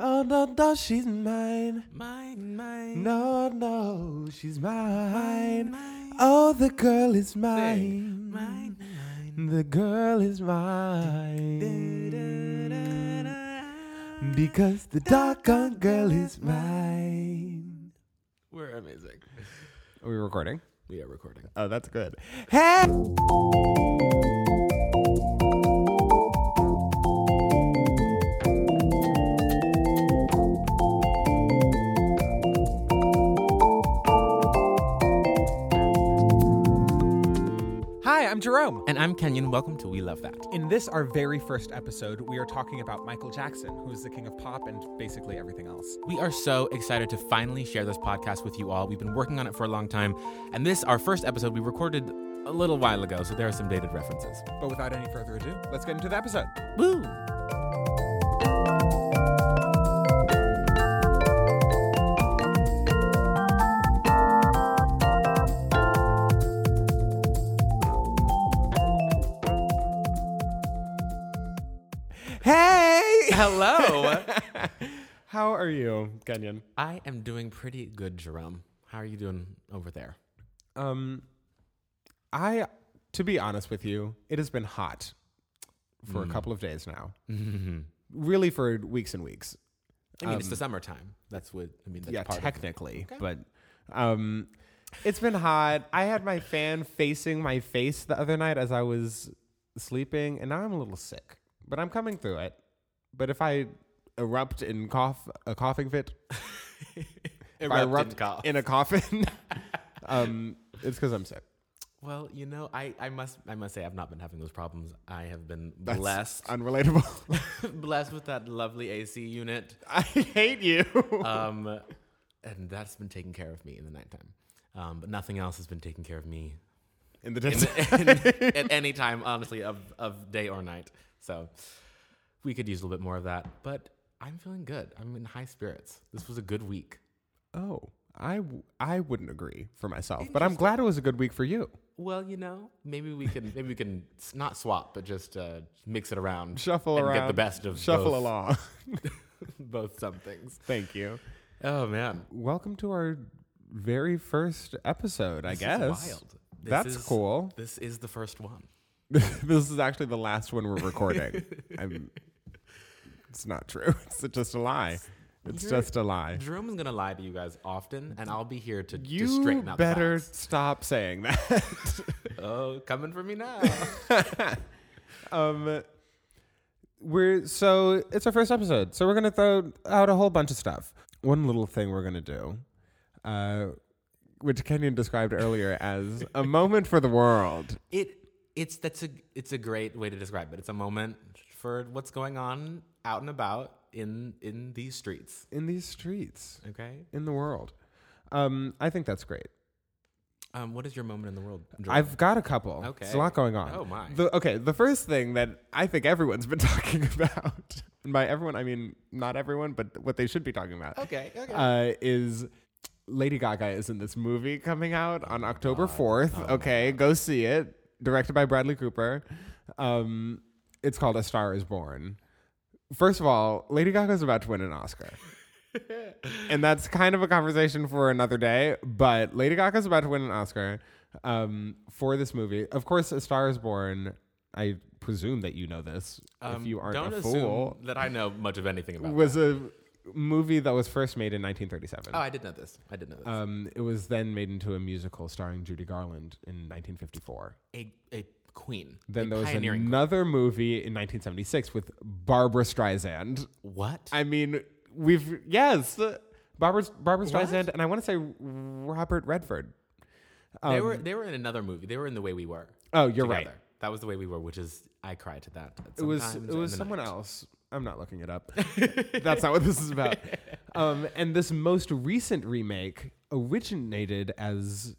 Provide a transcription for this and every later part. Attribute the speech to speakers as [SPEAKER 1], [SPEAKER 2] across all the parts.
[SPEAKER 1] Oh no, no, she's mine.
[SPEAKER 2] Mine, mine.
[SPEAKER 1] No, no, she's mine.
[SPEAKER 2] mine.
[SPEAKER 1] Oh, the girl is
[SPEAKER 2] Sing.
[SPEAKER 1] mine.
[SPEAKER 2] Mine, mine.
[SPEAKER 1] The girl is mine. Because the doggone girl is mine.
[SPEAKER 2] We're amazing.
[SPEAKER 1] Are we recording?
[SPEAKER 2] We are recording.
[SPEAKER 1] Oh, that's good. Hey! Hi, I'm Jerome.
[SPEAKER 2] And I'm Kenyon. Welcome to We Love That.
[SPEAKER 3] In this, our very first episode, we are talking about Michael Jackson, who is the king of pop and basically everything else.
[SPEAKER 2] We are so excited to finally share this podcast with you all. We've been working on it for a long time. And this, our first episode, we recorded a little while ago, so there are some dated references.
[SPEAKER 3] But without any further ado, let's get into the episode.
[SPEAKER 2] Woo!
[SPEAKER 1] Hey!
[SPEAKER 2] Hello!
[SPEAKER 1] How are you, Kenyon?
[SPEAKER 2] I am doing pretty good, Jerome. How are you doing over there?
[SPEAKER 1] Um, I, to be honest with you, it has been hot for
[SPEAKER 3] Hmm.
[SPEAKER 1] a couple of days now. Really, for weeks and weeks.
[SPEAKER 2] I mean, it's the summertime. That's what I mean. That's
[SPEAKER 1] Um, yeah,
[SPEAKER 2] part of it.
[SPEAKER 1] technically, but um, it's been hot. I had my fan facing my face the other night as I was sleeping, and now I'm a little sick, but I'm coming through it. But if I erupt in cough a coughing fit, if I
[SPEAKER 2] Erupt
[SPEAKER 1] erupt
[SPEAKER 2] and cough.
[SPEAKER 1] in a coffin, um, it's because I'm sick.
[SPEAKER 2] Well, you know, I, I must I must say I've not been having those problems. I have been
[SPEAKER 1] That's
[SPEAKER 2] blessed
[SPEAKER 1] unrelatable.
[SPEAKER 2] blessed with that lovely AC unit.
[SPEAKER 1] I hate you.
[SPEAKER 2] Um, and that's been taking care of me in the nighttime. Um, but nothing else has been taking care of me
[SPEAKER 1] in the
[SPEAKER 2] in
[SPEAKER 1] distance.
[SPEAKER 2] the, in, at any time, honestly, of, of day or night. So we could use a little bit more of that. But I'm feeling good. I'm in high spirits. This was a good week.
[SPEAKER 1] Oh, I w- I wouldn't agree for myself, but I'm glad it was a good week for you.
[SPEAKER 2] Well, you know, maybe we can maybe we can s- not swap, but just uh, mix it around,
[SPEAKER 1] Shuffle
[SPEAKER 2] and
[SPEAKER 1] around,
[SPEAKER 2] get the best of
[SPEAKER 1] shuffle
[SPEAKER 2] both,
[SPEAKER 1] along.
[SPEAKER 2] both some things.
[SPEAKER 1] Thank you.
[SPEAKER 2] Oh man,
[SPEAKER 1] Welcome to our very first episode. I
[SPEAKER 2] This is
[SPEAKER 1] guess
[SPEAKER 2] wild. This
[SPEAKER 1] that's
[SPEAKER 2] is-
[SPEAKER 1] cool.
[SPEAKER 2] This is the first one.
[SPEAKER 1] this is actually the last one we're recording. I'm, it's not true. It's just a lie. It's
[SPEAKER 2] You're-
[SPEAKER 1] just a lie.
[SPEAKER 2] Jerome is gonna lie to you guys often, and I'll be here to to
[SPEAKER 1] You
[SPEAKER 2] straighten out. the
[SPEAKER 1] better
[SPEAKER 2] facts.
[SPEAKER 1] stop saying that.
[SPEAKER 2] Oh, coming for me now.
[SPEAKER 1] um we're so it's our first episode so we're gonna throw out a whole bunch of stuff one little thing we're gonna do uh which Kenyon described earlier as a moment for the world.
[SPEAKER 2] it it's that's a it's a great way to describe it. It's a moment for what's going on out and about in in these streets.
[SPEAKER 1] In these streets,
[SPEAKER 2] Okay.
[SPEAKER 1] in the world. Um, I think that's great.
[SPEAKER 2] Um, what is your moment in the world? Jerome?
[SPEAKER 1] I've got a couple. Okay. There's a lot
[SPEAKER 2] Okay.
[SPEAKER 1] going on.
[SPEAKER 2] Oh, my.
[SPEAKER 1] The, okay, the first thing that I think everyone's been talking about, and by everyone, I mean not everyone, but what they should be talking about.
[SPEAKER 2] okay. Okay.
[SPEAKER 1] uh, is Lady Gaga is in this movie coming out on October 4th.
[SPEAKER 2] Oh,
[SPEAKER 1] okay, go see it. Directed by Bradley Cooper. Um, it's called A Star is Born. First of all, Lady Gaga's about to win an Oscar. and that's kind of a conversation for another day, but Lady Gaga's about to win an Oscar um, for this movie. Of course, A Star is Born. I presume that you know this.
[SPEAKER 2] Um,
[SPEAKER 1] if you aren't
[SPEAKER 2] don't
[SPEAKER 1] a
[SPEAKER 2] assume
[SPEAKER 1] fool,
[SPEAKER 2] that I know much of anything about.
[SPEAKER 1] was a movie that was first made in 1937.
[SPEAKER 2] that. Oh, I did know this. I did know this.
[SPEAKER 1] Um, it was then made into a musical starring Judy Garland in 1954.
[SPEAKER 2] a a queen.
[SPEAKER 1] Then
[SPEAKER 2] a
[SPEAKER 1] there was
[SPEAKER 2] pioneering.
[SPEAKER 1] another movie in 1976 with Barbara Streisand.
[SPEAKER 2] what?
[SPEAKER 1] I mean, we've yes, Barbara Barbara Streisand, and I want to say Robert Redford.
[SPEAKER 2] they were they were in another movie. They were in the way we were.
[SPEAKER 1] Um, Oh, you're right.
[SPEAKER 2] together. That was the way we were, which is I cry to that.
[SPEAKER 1] It was it was someone else. I'm not looking it up. That's not what this is about. Um, and this most recent remake originated as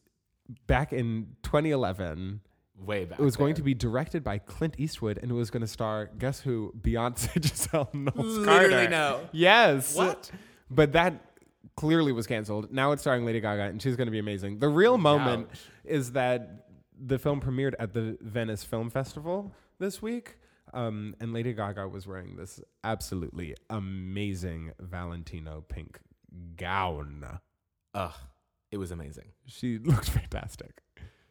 [SPEAKER 1] back in 2011.
[SPEAKER 2] way back.
[SPEAKER 1] It was going to be directed by Clint Eastwood, and it was going to star guess who? Beyonce Giselle Knowles Carter.
[SPEAKER 2] Literally no.
[SPEAKER 1] Yes.
[SPEAKER 2] What?
[SPEAKER 1] But that clearly was canceled. Now it's starring Lady Gaga, and she's going to be amazing. The real moment is that the film premiered at the Venice Film Festival this week. Um, and Lady Gaga was wearing this absolutely amazing Valentino pink gown.
[SPEAKER 2] Ugh, it was amazing.
[SPEAKER 1] She looked fantastic.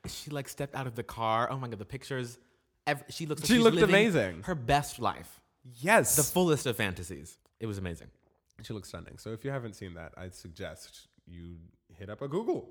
[SPEAKER 2] She like stepped out of the car. Oh my god, the pictures. Ev- she looks. Like
[SPEAKER 1] She
[SPEAKER 2] she's
[SPEAKER 1] looked
[SPEAKER 2] living
[SPEAKER 1] amazing.
[SPEAKER 2] Her best life,
[SPEAKER 1] Yes.
[SPEAKER 2] the fullest of fantasies. It was amazing.
[SPEAKER 1] She looks stunning. So if you haven't seen that, I suggest you hit up a Google.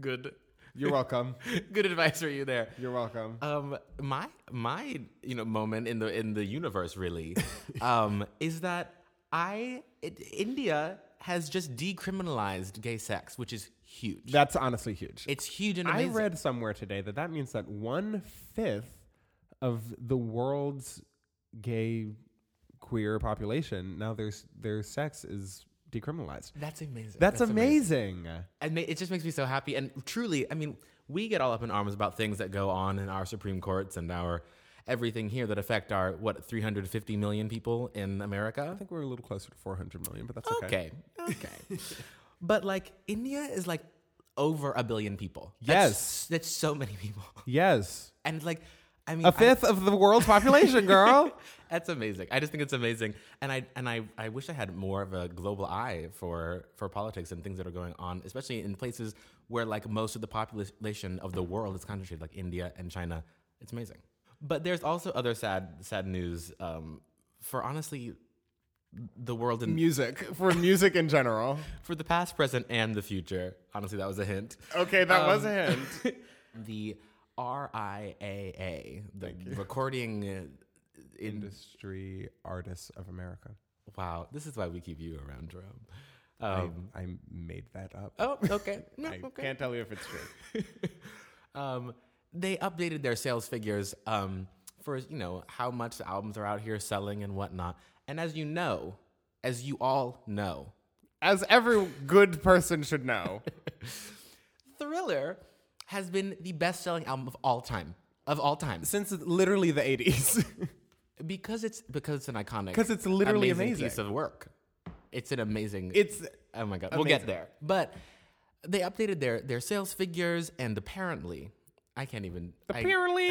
[SPEAKER 2] Good,
[SPEAKER 1] You're welcome.
[SPEAKER 2] good advice for you there.
[SPEAKER 1] You're welcome.
[SPEAKER 2] Um, my my you know moment in the in the universe really, um, is that I it, India has just decriminalized gay sex, which is huge.
[SPEAKER 1] That's honestly huge.
[SPEAKER 2] it's huge and
[SPEAKER 1] I
[SPEAKER 2] amazing.
[SPEAKER 1] read somewhere today that that means that one fifth of the world's gay queer population now their their sex is decriminalized.
[SPEAKER 2] That's amazing.
[SPEAKER 1] That's, amazing.
[SPEAKER 2] and ma- it just makes me so happy. And truly, I mean, we get all up in arms about things that go on in our Supreme Courts and our everything here that affect our what 350 million people in America.
[SPEAKER 1] I think we're a little closer to 400 million, but that's okay.
[SPEAKER 2] Okay, okay, but like India is like over a billion people.
[SPEAKER 1] Yes.
[SPEAKER 2] that's, that's so many people,
[SPEAKER 1] Yes.
[SPEAKER 2] and like. I mean,
[SPEAKER 1] A
[SPEAKER 2] I-
[SPEAKER 1] fifth of the world's population, girl.
[SPEAKER 2] That's amazing. I just think it's amazing, and I and I, I wish I had more of a global eye for for politics and things that are going on, especially in places where like most of the population of the world is concentrated, like India and China. It's amazing. But there's also other sad sad news um, for honestly the world and
[SPEAKER 1] music for music in general.
[SPEAKER 2] for the past, present, and the future. Honestly, that was a hint.
[SPEAKER 1] Okay, that was a hint.
[SPEAKER 2] the RIAA, the recording. uh, In,
[SPEAKER 1] Industry Artists of America.
[SPEAKER 2] wow, this is why we keep you around, Jerome. Um,
[SPEAKER 1] I made that up.
[SPEAKER 2] Oh, okay. No,
[SPEAKER 1] I
[SPEAKER 2] okay.
[SPEAKER 1] can't tell you if it's true.
[SPEAKER 2] Um, they updated their sales figures um, for you know how much albums are out here selling and whatnot. And as you know, as you all know,
[SPEAKER 1] As every good person should know.
[SPEAKER 2] Thriller has been the best-selling album of all time, of all time,
[SPEAKER 1] Since literally the 80s.
[SPEAKER 2] because it's because it's an iconic,
[SPEAKER 1] 'Cause it's literally amazing.
[SPEAKER 2] piece of work. It's an amazing.
[SPEAKER 1] it's
[SPEAKER 2] Oh my god, we'll get
[SPEAKER 1] Amazing.
[SPEAKER 2] there. But they updated their their sales figures, and apparently, I can't even. I,
[SPEAKER 1] apparently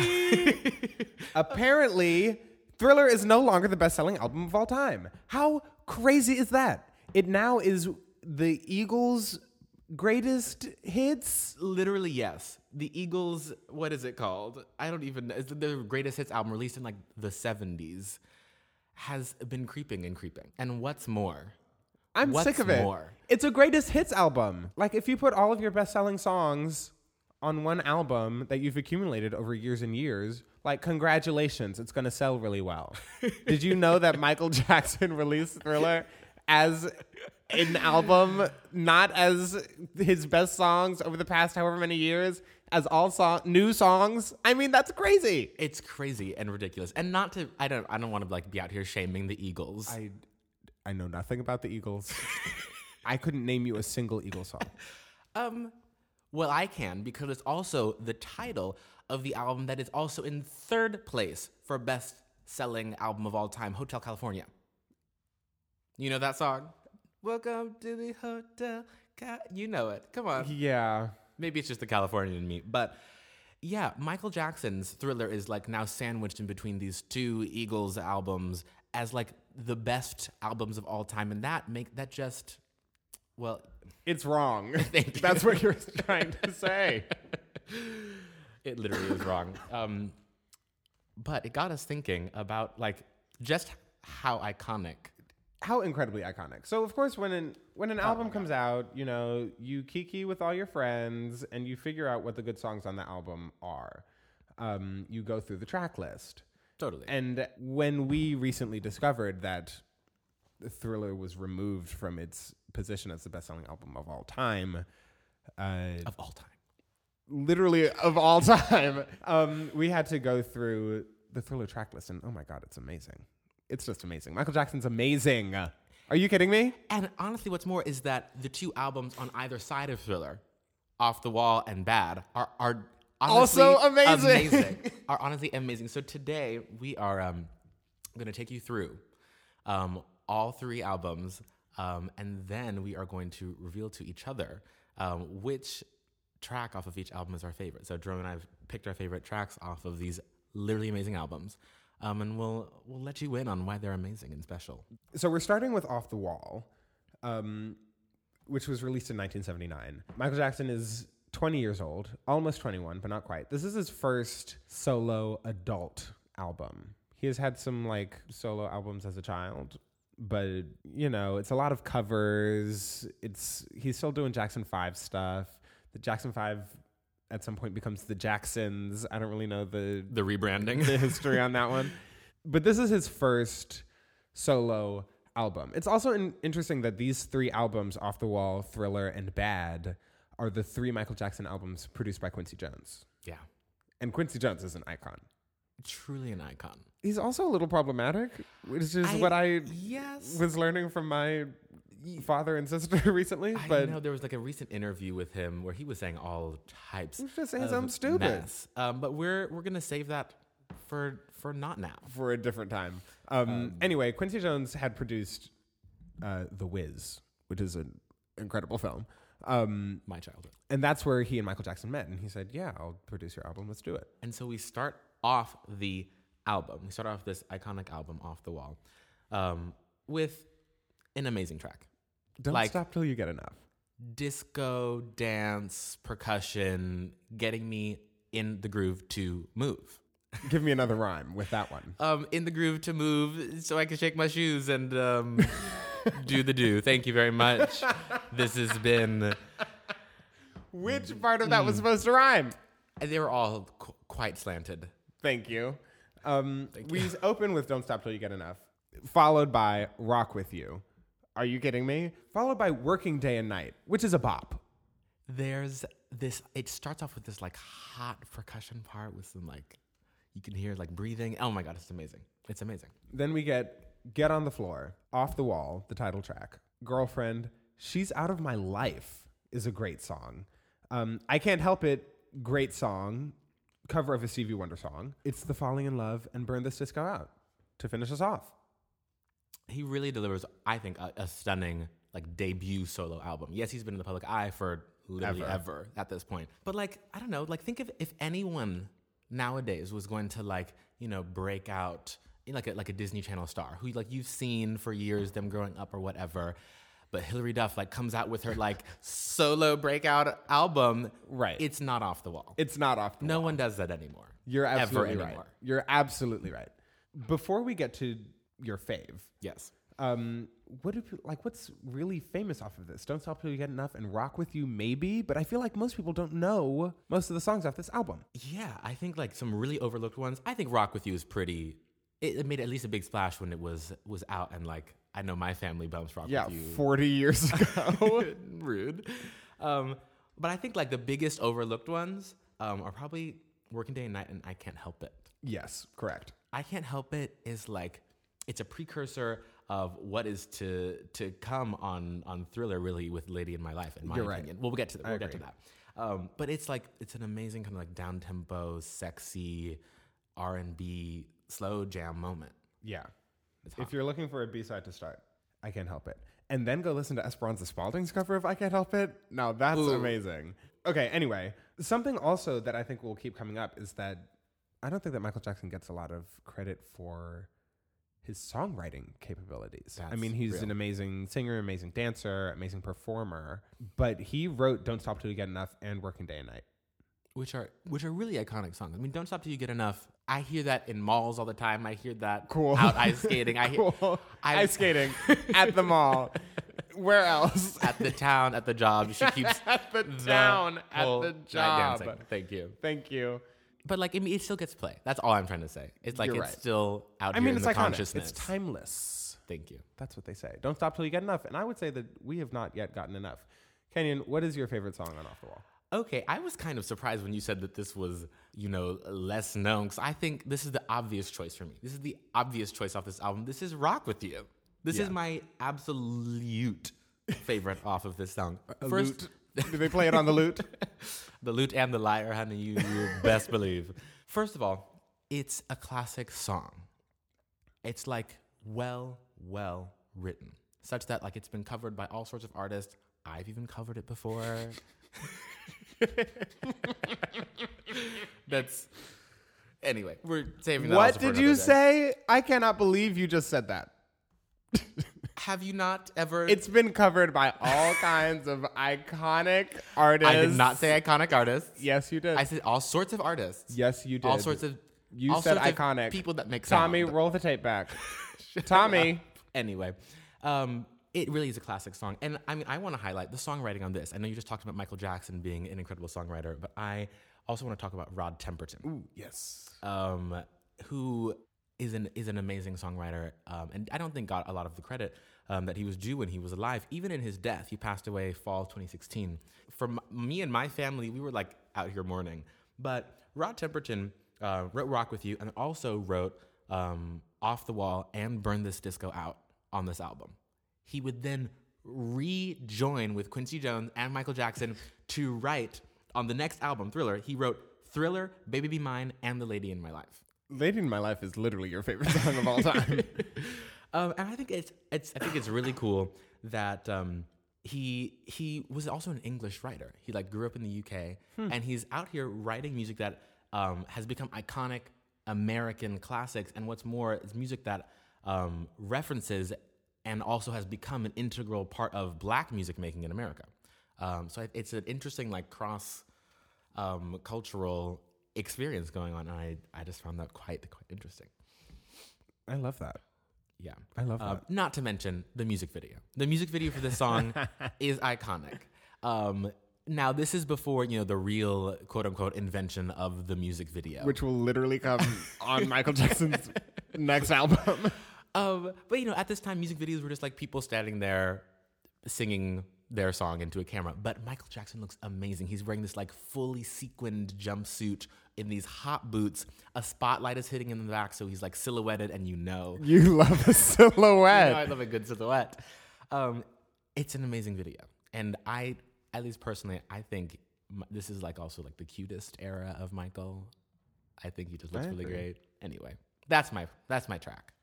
[SPEAKER 1] apparently Thriller is no longer the best-selling album of all time. How crazy is that? It now is the Eagles' greatest hits.
[SPEAKER 2] Literally, yes. The Eagles, what is it called? I don't even know. It's their greatest hits album released in like the 70s has been creeping and creeping. And what's more,
[SPEAKER 1] I'm
[SPEAKER 2] What's
[SPEAKER 1] sick of it.
[SPEAKER 2] more?
[SPEAKER 1] It's a greatest hits album. Like if you put all of your best-selling songs on one album that you've accumulated over years and years, like congratulations, it's going to sell really well. Did you know that Michael Jackson released Thriller as an album, not as his best songs over the past however many years, as all song new songs? I mean, that's crazy.
[SPEAKER 2] it's crazy and ridiculous. And not to, I don't, I don't want to like be out here shaming the Eagles.
[SPEAKER 1] I I know nothing about the Eagles. I couldn't name you a single Eagle song.
[SPEAKER 2] um, well, I can because it's also the title of the album that is also in third place for best selling album of all time, Hotel California. You know that song? Welcome to the hotel. Ca-" You know it. Come on.
[SPEAKER 1] Yeah.
[SPEAKER 2] Maybe it's just the Californian in me, but yeah, Michael Jackson's Thriller is like now sandwiched in between these two Eagles albums as like the best albums of all time, and that make that just well,
[SPEAKER 1] It's wrong.
[SPEAKER 2] Thank you.
[SPEAKER 1] That's what you're trying to say.
[SPEAKER 2] it literally is wrong. Um, but it got us thinking about like just how iconic.
[SPEAKER 1] How incredibly iconic. So of course when an when
[SPEAKER 2] Oh
[SPEAKER 1] an album comes out, you know, you kiki with all your friends and you figure out what the good songs on the album are. Um, you go through the track list.
[SPEAKER 2] Totally.
[SPEAKER 1] And when we recently discovered that Thriller was removed from its position as the best-selling album of all time, uh,
[SPEAKER 2] of all time.
[SPEAKER 1] literally of all time. Um, we had to go through the Thriller track list, and oh my god, it's amazing! It's just amazing. Michael Jackson's amazing. Are you kidding me?
[SPEAKER 2] And honestly, what's more is that the two albums on either side of Thriller, Off the Wall and Bad, are are honestly
[SPEAKER 1] Also amazing.
[SPEAKER 2] amazing. are honestly amazing. So today we are um, going to take you through um, all three albums, um, and then we are going to reveal to each other um, which track off of each album is our favorite. So Jerome and I have picked our favorite tracks off of these literally amazing albums. Um, and we'll we'll let you in on why they're amazing and special.
[SPEAKER 1] So we're starting with Off the Wall, um, which was released in 1979. Michael Jackson is 20 years old, almost 21, but not quite. This is his first solo adult album. He has had some like solo albums as a child, but you know, it's a lot of covers. It's he's still doing Jackson 5 stuff. The Jackson 5 at some point becomes the Jacksons. I don't really know the
[SPEAKER 2] The rebranding.
[SPEAKER 1] the history on that one. But this is his first solo album. It's also in- interesting that these three albums, Off the Wall, Thriller, and Bad, are the three Michael Jackson albums produced by Quincy Jones.
[SPEAKER 2] yeah,
[SPEAKER 1] And Quincy Jones is an icon.
[SPEAKER 2] truly an icon.
[SPEAKER 1] He's also a little problematic, which is
[SPEAKER 2] I-
[SPEAKER 1] what I
[SPEAKER 2] Yes.
[SPEAKER 1] was learning from my father and sister recently.
[SPEAKER 2] I
[SPEAKER 1] but
[SPEAKER 2] know there was like a recent interview with him where he was saying all types.
[SPEAKER 1] He's just saying
[SPEAKER 2] of
[SPEAKER 1] something stupid.
[SPEAKER 2] mess. Um, but we're we're gonna save that for for not now.
[SPEAKER 1] for a different time. Um, anyway, Quincy Jones had produced uh, The Wiz, which is an incredible film. Um,
[SPEAKER 2] My childhood.
[SPEAKER 1] and that's where he and Michael Jackson met. And he said, Yeah, I'll produce your album. Let's do it.
[SPEAKER 2] And so we start off the album. We start off this iconic album off the wall um, with an amazing track.
[SPEAKER 1] Don't
[SPEAKER 2] Like-
[SPEAKER 1] stop till you get enough.
[SPEAKER 2] disco, dance, percussion, getting me in the groove to move.
[SPEAKER 1] Give me another rhyme with that one.
[SPEAKER 2] Um, in the groove to move so I can shake my shoes and um, do the do. Thank you very much. This has been.
[SPEAKER 1] Which part of that was supposed to rhyme?
[SPEAKER 2] And they were all qu- quite slanted.
[SPEAKER 1] Thank you. Um, we open with Don't Stop Till You Get Enough, followed by Rock With You. Are you kidding me? Followed by Working Day and Night, which is a bop.
[SPEAKER 2] There's this, it starts off with this like hot percussion part with some like, you can hear like breathing. Oh my God, it's amazing. It's amazing.
[SPEAKER 1] Then we get Get on the Floor, Off the Wall, the title track. Girlfriend, She's Out of My Life is a great song. Um, I Can't Help It, great song. Cover of a Stevie Wonder song. It's the falling in love and burn this disco out to finish us off.
[SPEAKER 2] he really delivers i think a, a stunning like debut solo album yes he's been in the public eye for literally
[SPEAKER 1] Ever.
[SPEAKER 2] ever. at this point but like i don't know like think of if anyone nowadays was going to like you know break out you know, like a, like a disney channel star who like you've seen for years them growing up or whatever but Hilary Duff like comes out with her like solo breakout album.
[SPEAKER 1] Right.
[SPEAKER 2] It's not off the wall.
[SPEAKER 1] It's not off. the
[SPEAKER 2] no one does that anymore.
[SPEAKER 1] You're
[SPEAKER 2] Ever
[SPEAKER 1] absolutely right.
[SPEAKER 2] anymore.
[SPEAKER 1] You're absolutely right. Before we get to your fave,
[SPEAKER 2] Yes.
[SPEAKER 1] um, what if, like what's really famous off of this? Don't stop till you get enough and rock with you, maybe. But I feel like most people don't know most of the songs off this album.
[SPEAKER 2] Yeah, I think like some really overlooked ones. I think Rock with You is pretty. It, it made at least a big splash when it was was out, and like I know my family bumps Rock
[SPEAKER 1] Yeah,
[SPEAKER 2] with You. Oh,
[SPEAKER 1] forty years ago.
[SPEAKER 2] rude. Um, but I think like the biggest overlooked ones um, are probably Working Day and Night and I Can't Help It.
[SPEAKER 1] yes, correct.
[SPEAKER 2] I Can't Help It is like it's a precursor of what is to to come on on Thriller really with Lady in My Life in my
[SPEAKER 1] You're right.
[SPEAKER 2] opinion. Well, we'll get to that. We'll get to that. Um, but it's like it's an amazing kind of like down tempo, sexy R and B slow jam moment.
[SPEAKER 1] Yeah. If you're looking for a B side to start, I can't help it. And then go listen to Esperanza Spalding's cover of I Can't Help It. Now that's amazing. Okay, anyway, something also that I think will keep coming up is that I don't think that Michael Jackson gets a lot of credit for his songwriting capabilities. I
[SPEAKER 2] That's
[SPEAKER 1] mean, he's
[SPEAKER 2] real.
[SPEAKER 1] an amazing singer, amazing dancer, amazing performer, but he wrote Don't Stop Till You Get Enough and Working Day and Night.
[SPEAKER 2] Which are which are really iconic songs. I mean, Don't Stop Till You Get Enough. I hear that in malls all the time. I hear that
[SPEAKER 1] Cool.
[SPEAKER 2] out ice skating. I hear
[SPEAKER 1] Cool.
[SPEAKER 2] I-
[SPEAKER 1] Ice skating at the mall. Where else?
[SPEAKER 2] at the town, at the job. She keeps
[SPEAKER 1] At the
[SPEAKER 2] the
[SPEAKER 1] town, at
[SPEAKER 2] whole
[SPEAKER 1] the
[SPEAKER 2] night
[SPEAKER 1] job.
[SPEAKER 2] dancing. Thank you.
[SPEAKER 1] Thank you.
[SPEAKER 2] But like, I mean, it still gets play. That's all I'm trying to say. It's like
[SPEAKER 1] You're
[SPEAKER 2] it's
[SPEAKER 1] right.
[SPEAKER 2] still out
[SPEAKER 1] I
[SPEAKER 2] here
[SPEAKER 1] mean,
[SPEAKER 2] in
[SPEAKER 1] it's
[SPEAKER 2] the
[SPEAKER 1] iconic.
[SPEAKER 2] consciousness.
[SPEAKER 1] It's timeless.
[SPEAKER 2] Thank you.
[SPEAKER 1] That's what they say. Don't stop till you get enough. And I would say that we have not yet gotten enough. Kenyon, what is your favorite song on Off the Wall?
[SPEAKER 2] Okay, I was kind of surprised when you said that this was, you know, less known because I think this is the obvious choice for me. This is the obvious choice off this album. This is "Rock with You." This is my absolute favorite off of this song. First,
[SPEAKER 1] Do they play it on the lute?
[SPEAKER 2] the lute and the lyre, honey, you, you best believe. First of all, it's a classic song. It's like well, well written, such that like it's been covered by all sorts of artists. I've even covered it before. That's Anyway, we're saving that.
[SPEAKER 1] What
[SPEAKER 2] also for
[SPEAKER 1] did
[SPEAKER 2] another
[SPEAKER 1] you
[SPEAKER 2] day.
[SPEAKER 1] say? I cannot believe you just said that.
[SPEAKER 2] Have you not ever?
[SPEAKER 1] It's been covered by all kinds of iconic artists.
[SPEAKER 2] I did not say iconic artists.
[SPEAKER 1] Yes, you did.
[SPEAKER 2] I said all sorts of artists.
[SPEAKER 1] yes, you did.
[SPEAKER 2] All sorts of.
[SPEAKER 1] You
[SPEAKER 2] all
[SPEAKER 1] said
[SPEAKER 2] sorts of
[SPEAKER 1] iconic.
[SPEAKER 2] people that make
[SPEAKER 1] Tommy,
[SPEAKER 2] sound.
[SPEAKER 1] roll the tape back. Tommy.
[SPEAKER 2] anyway, um, it really is a classic song, and I mean, I want to highlight the songwriting on this. I know you just talked about Michael Jackson being an incredible songwriter, but I also want to talk about Rod Temperton,
[SPEAKER 1] Yes.
[SPEAKER 2] um, who is an is an amazing songwriter, um, and I don't think got a lot of the credit um, that he was due when he was alive. Even in his death, he passed away fall 2016. For m- me and my family, we were like out here mourning, but Rod Temperton uh, wrote "Rock with You" and also wrote um, "Off the Wall" and "Burn This Disco Out." on this album. He would then rejoin with Quincy Jones and Michael Jackson to write on the next album, Thriller. He wrote Thriller, Baby Be Mine, and The Lady in My Life.
[SPEAKER 1] Lady in My Life is literally your favorite song of all time.
[SPEAKER 2] Um, and I think it's, it's I think it's really cool that um, he he was also an English writer. He like grew up in the UK, and he's out here writing music that um, has become iconic American classics. And what's more, it's music that um, references and also has become an integral part of Black music making in America. Um, so it- it's an interesting like cross um, cultural experience going on, and I I just found that quite quite interesting.
[SPEAKER 1] I love that.
[SPEAKER 2] Yeah.
[SPEAKER 1] I love
[SPEAKER 2] Uh, not to mention the music video. The music video for this song is iconic. Um, now, this is before you know the real quote unquote invention of the music video.
[SPEAKER 1] Which will literally come on Michael Jackson's next album.
[SPEAKER 2] um, but you know, at this time, music videos were just like people standing there singing their song into a camera. But Michael Jackson looks amazing. He's wearing this like fully sequined jumpsuit in these hot boots. A spotlight is hitting him in the back, so he's like silhouetted, and you know.
[SPEAKER 1] You love the silhouette.
[SPEAKER 2] You know I love a good silhouette. Um, it's an amazing video, and I, at least personally, I think m- this is like also like the cutest era of Michael. I think he just looks
[SPEAKER 1] I
[SPEAKER 2] really
[SPEAKER 1] agree.
[SPEAKER 2] great. Anyway, that's my that's my track.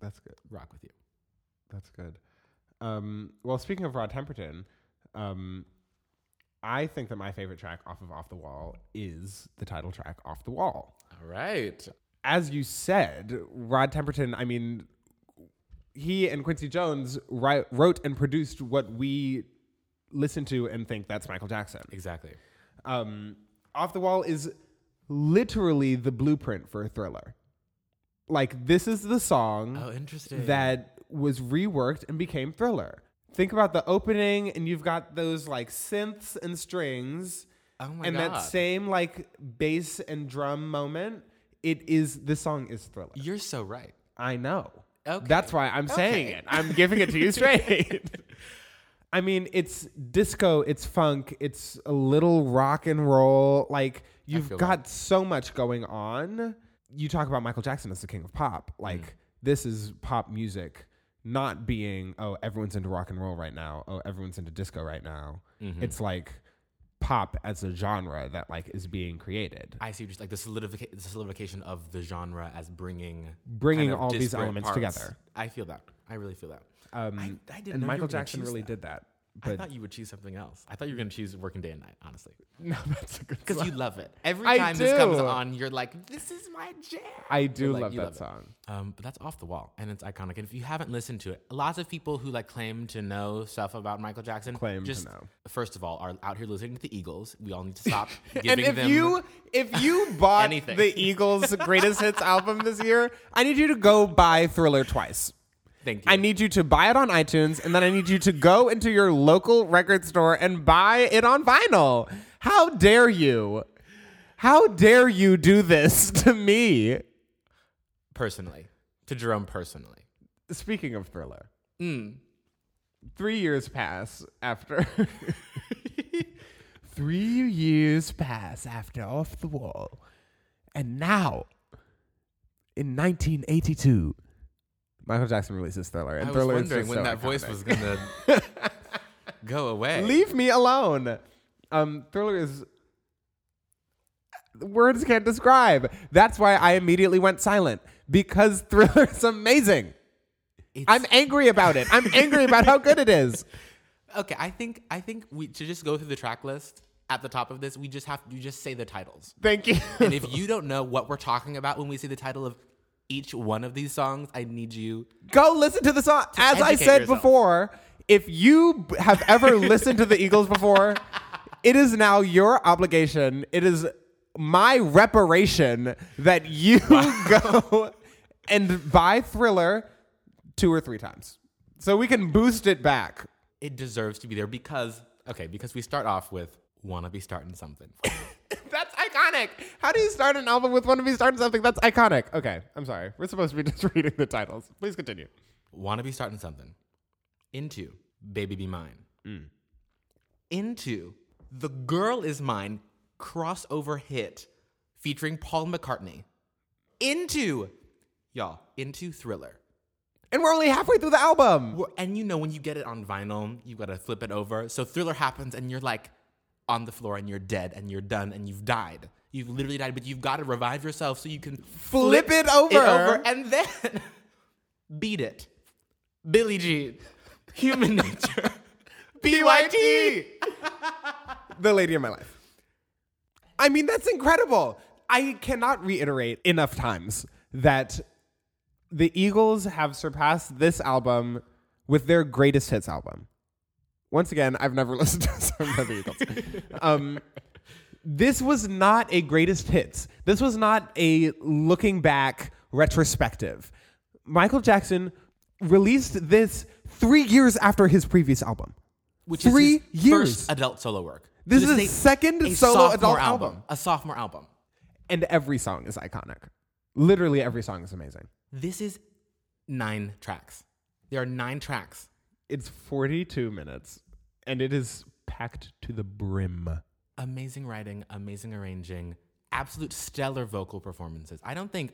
[SPEAKER 1] That's good.
[SPEAKER 2] Rock with you.
[SPEAKER 1] That's good. Um, well, speaking of Rod Temperton, um, I think that my favorite track off of Off the Wall is the title track Off the Wall.
[SPEAKER 2] All right.
[SPEAKER 1] As you said, Rod Temperton, I mean, he and Quincy Jones wri- wrote and produced what we listen to and think that's Michael Jackson.
[SPEAKER 2] Exactly.
[SPEAKER 1] Um, Off the Wall is literally the blueprint for a thriller. Like, this is the song
[SPEAKER 2] Oh, interesting.
[SPEAKER 1] that was reworked and became Thriller. Think about the opening, and you've got those like synths and strings,
[SPEAKER 2] Oh my
[SPEAKER 1] and
[SPEAKER 2] God.
[SPEAKER 1] that same like bass and drum moment. It is this song is Thriller.
[SPEAKER 2] You're so right.
[SPEAKER 1] I know.
[SPEAKER 2] Okay.
[SPEAKER 1] That's why I'm saying
[SPEAKER 2] Okay.
[SPEAKER 1] it. I'm giving it to you straight. I mean, it's disco, it's funk, it's a little rock and roll. Like you've
[SPEAKER 2] feel
[SPEAKER 1] got so much going on. You talk about Michael Jackson as the king of pop. Like
[SPEAKER 2] Mm.
[SPEAKER 1] this is pop music not being, oh, everyone's into rock and roll right now. Oh, everyone's into disco right now.
[SPEAKER 2] Mm-hmm.
[SPEAKER 1] It's like pop as a genre that like is being created.
[SPEAKER 2] I see. Just like the solidification, the solidification of the genre as bringing
[SPEAKER 1] Bringing
[SPEAKER 2] kind of
[SPEAKER 1] all these
[SPEAKER 2] disparate
[SPEAKER 1] elements
[SPEAKER 2] parts.
[SPEAKER 1] together.
[SPEAKER 2] I feel that. I really feel that.
[SPEAKER 1] Um,
[SPEAKER 2] I, I didn't
[SPEAKER 1] and
[SPEAKER 2] know you
[SPEAKER 1] Michael
[SPEAKER 2] were gonna
[SPEAKER 1] Jackson
[SPEAKER 2] choose
[SPEAKER 1] really
[SPEAKER 2] that.
[SPEAKER 1] did that.
[SPEAKER 2] I
[SPEAKER 1] But
[SPEAKER 2] thought you would choose something else. I thought you were going to choose Working Day and Night, honestly.
[SPEAKER 1] no, that's a good
[SPEAKER 2] Because you love it. Every
[SPEAKER 1] I
[SPEAKER 2] time this comes
[SPEAKER 1] do.
[SPEAKER 2] on, you're like, this is my jam.
[SPEAKER 1] I do
[SPEAKER 2] You're like,
[SPEAKER 1] love
[SPEAKER 2] you
[SPEAKER 1] that
[SPEAKER 2] it.
[SPEAKER 1] song.
[SPEAKER 2] Um, but that's off the wall and it's iconic. And if you haven't listened to it, lots of people who like claim to know stuff about Michael Jackson
[SPEAKER 1] Claim to
[SPEAKER 2] just,
[SPEAKER 1] know.
[SPEAKER 2] First of all, are out here listening to the Eagles. We all need to stop giving
[SPEAKER 1] And if
[SPEAKER 2] them.
[SPEAKER 1] you if you bought
[SPEAKER 2] Anything.
[SPEAKER 1] the Eagles' greatest hits album this year, I need you to go buy Thriller twice.
[SPEAKER 2] thank you.
[SPEAKER 1] I need you to buy it on iTunes, and then I need you to go into your local record store and buy it on vinyl. How dare you? How dare you do this to me?
[SPEAKER 2] personally to Jerome personally.
[SPEAKER 1] Speaking of Thriller,
[SPEAKER 2] Hmm.
[SPEAKER 1] three years pass after. three years pass after Off the Wall. And now, in 1982, Michael Jackson releases Thriller. And
[SPEAKER 2] I was
[SPEAKER 1] Thriller
[SPEAKER 2] wondering
[SPEAKER 1] is just
[SPEAKER 2] when
[SPEAKER 1] so
[SPEAKER 2] that voice
[SPEAKER 1] iconic.
[SPEAKER 2] was going to go away.
[SPEAKER 1] Leave me alone. Um, Thriller is. Words can't describe. That's why I immediately went silent because Thriller is amazing.
[SPEAKER 2] It's-
[SPEAKER 1] I'm angry about it. I'm angry about how good it is.
[SPEAKER 2] Okay, I think I think we to just go through the track list at the top of this, we just have you just say the titles.
[SPEAKER 1] Thank you.
[SPEAKER 2] and if you don't know what we're talking about when we say the title of each one of these songs, I need you.
[SPEAKER 1] Go listen to the song. As I
[SPEAKER 2] educate
[SPEAKER 1] said
[SPEAKER 2] yourself.
[SPEAKER 1] before, if you b- have ever listened to the Eagles before, it is now your obligation. It is my reparation that you go and buy Thriller two or three times. So we can boost it back.
[SPEAKER 2] It deserves to be there because okay, because we start off with "Wanna Be Starting Something."
[SPEAKER 1] That's iconic. How do you start an album with one of you starting something? That's iconic. Okay, I'm sorry. We're supposed to be just reading the titles. Please continue.
[SPEAKER 2] Wanna be starting something. Into Baby Be Mine. Into The Girl Is Mine crossover hit featuring Paul McCartney. Into y'all, into Thriller.
[SPEAKER 1] And we're only halfway through the album.
[SPEAKER 2] Well, And you know when you get it on vinyl, you gotta flip it over. So Thriller happens and you're like on the floor and you're dead and you're done and you've died. You've literally died, but you've gotta revive yourself so you can
[SPEAKER 1] Flip it over.
[SPEAKER 2] and then beat it. Billie Jean, Human Nature,
[SPEAKER 1] BYT. the lady of my life. I mean, that's incredible. I cannot reiterate enough times that the Eagles have surpassed this album with their greatest hits album. Once again, I've never listened to a song by the Eagles. Um, this was not a greatest hits. This was not a looking back retrospective. Michael Jackson released this three years after his previous album.
[SPEAKER 2] which
[SPEAKER 1] Three
[SPEAKER 2] is his
[SPEAKER 1] years.
[SPEAKER 2] first adult solo work.
[SPEAKER 1] This
[SPEAKER 2] So
[SPEAKER 1] is his second solo
[SPEAKER 2] sophomore
[SPEAKER 1] adult album.
[SPEAKER 2] A sophomore album.
[SPEAKER 1] and every song is iconic. Literally every song is amazing.
[SPEAKER 2] This is nine tracks. There are nine tracks.
[SPEAKER 1] It's 42 minutes and it is packed to the brim.
[SPEAKER 2] amazing writing, amazing arranging, absolute stellar vocal performances. I don't think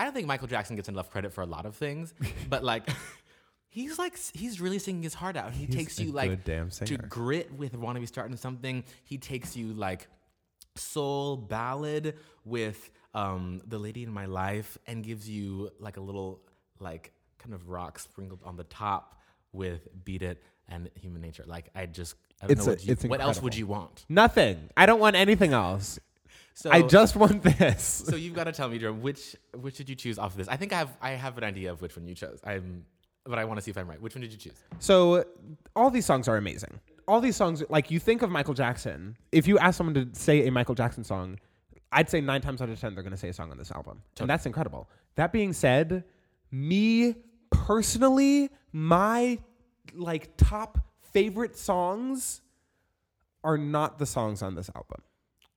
[SPEAKER 2] I don't think Michael Jackson gets enough credit for a lot of things, but like he's like s- he's really singing his heart out. He takes
[SPEAKER 1] a
[SPEAKER 2] you like
[SPEAKER 1] good damn
[SPEAKER 2] to
[SPEAKER 1] singer.
[SPEAKER 2] grit with wanna be starting something. He takes you like soul ballad with um the lady in my life and gives you like a little like kind of rock sprinkled on the top with beat it and human nature. Like I just I don't
[SPEAKER 1] It's
[SPEAKER 2] know
[SPEAKER 1] a-
[SPEAKER 2] what, you,
[SPEAKER 1] it's
[SPEAKER 2] what else would
[SPEAKER 1] incredible.
[SPEAKER 2] you want?
[SPEAKER 1] Nothing. I don't want anything else.
[SPEAKER 2] So
[SPEAKER 1] I just want this.
[SPEAKER 2] so you've got to tell me, Jerome, which which did you choose off of this? I think I have I have an idea of which one you chose. I'm, but I want to see if I'm right. Which one did you choose?
[SPEAKER 1] So all these songs are amazing. All these songs, like you think of Michael Jackson. If you ask someone to say a Michael Jackson song, I'd say nine times out of 10, they're going to say a song on this album. And that's incredible. That being said, me personally, my like top favorite songs are not the songs on this album.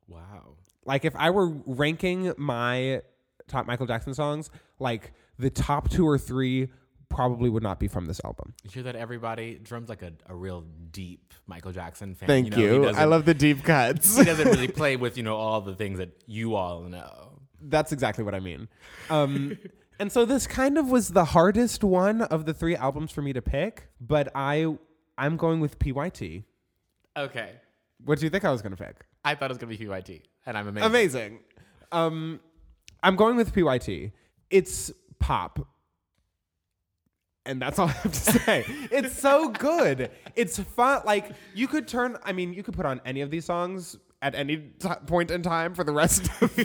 [SPEAKER 2] Wow.
[SPEAKER 1] Like if I were ranking my top Michael Jackson songs, like the top two or three probably would not be from this album.
[SPEAKER 2] You hear that, everybody? Jerome's like a, a real deep Michael Jackson fan.
[SPEAKER 1] Thank
[SPEAKER 2] know,
[SPEAKER 1] you.
[SPEAKER 2] He
[SPEAKER 1] I
[SPEAKER 2] doesn't-
[SPEAKER 1] love the deep cuts.
[SPEAKER 2] He doesn't really play with you know all the things that you all know.
[SPEAKER 1] That's exactly what I mean. Um, and so this kind of was the hardest one of the three albums for me to pick, but I I'm going with PYT.
[SPEAKER 2] Okay.
[SPEAKER 1] What do you think I was going to pick?
[SPEAKER 2] I thought it was gonna be PYT, and I'm amazed.
[SPEAKER 1] Amazing. Um, I'm going with PYT. It's pop. And that's all I have to say. it's so good. It's fun. Like, you could turn, I mean, you could put on any of these songs at any t- point in time for the rest of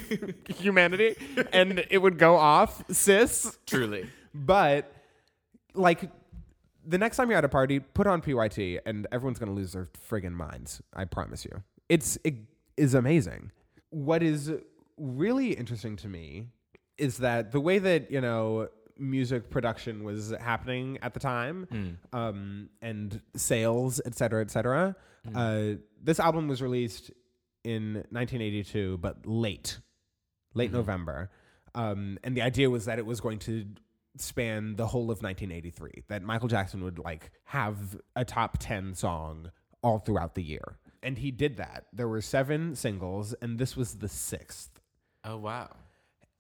[SPEAKER 1] humanity, and it would go off, sis.
[SPEAKER 2] Truly.
[SPEAKER 1] But, like, the next time you're at a party, put on PYT, and everyone's going to lose their friggin' minds. I promise you. It's it is amazing. What is really interesting to me is that the way that you know music production was happening at the time, um, and sales, et cetera, et cetera. Uh, this album was released in 1982, but late late November. Um, and the idea was that it was going to span the whole of 1983, that Michael Jackson would like have a top 10 song all throughout the year. And he did that. There were seven singles, and this was the sixth.
[SPEAKER 2] Oh wow.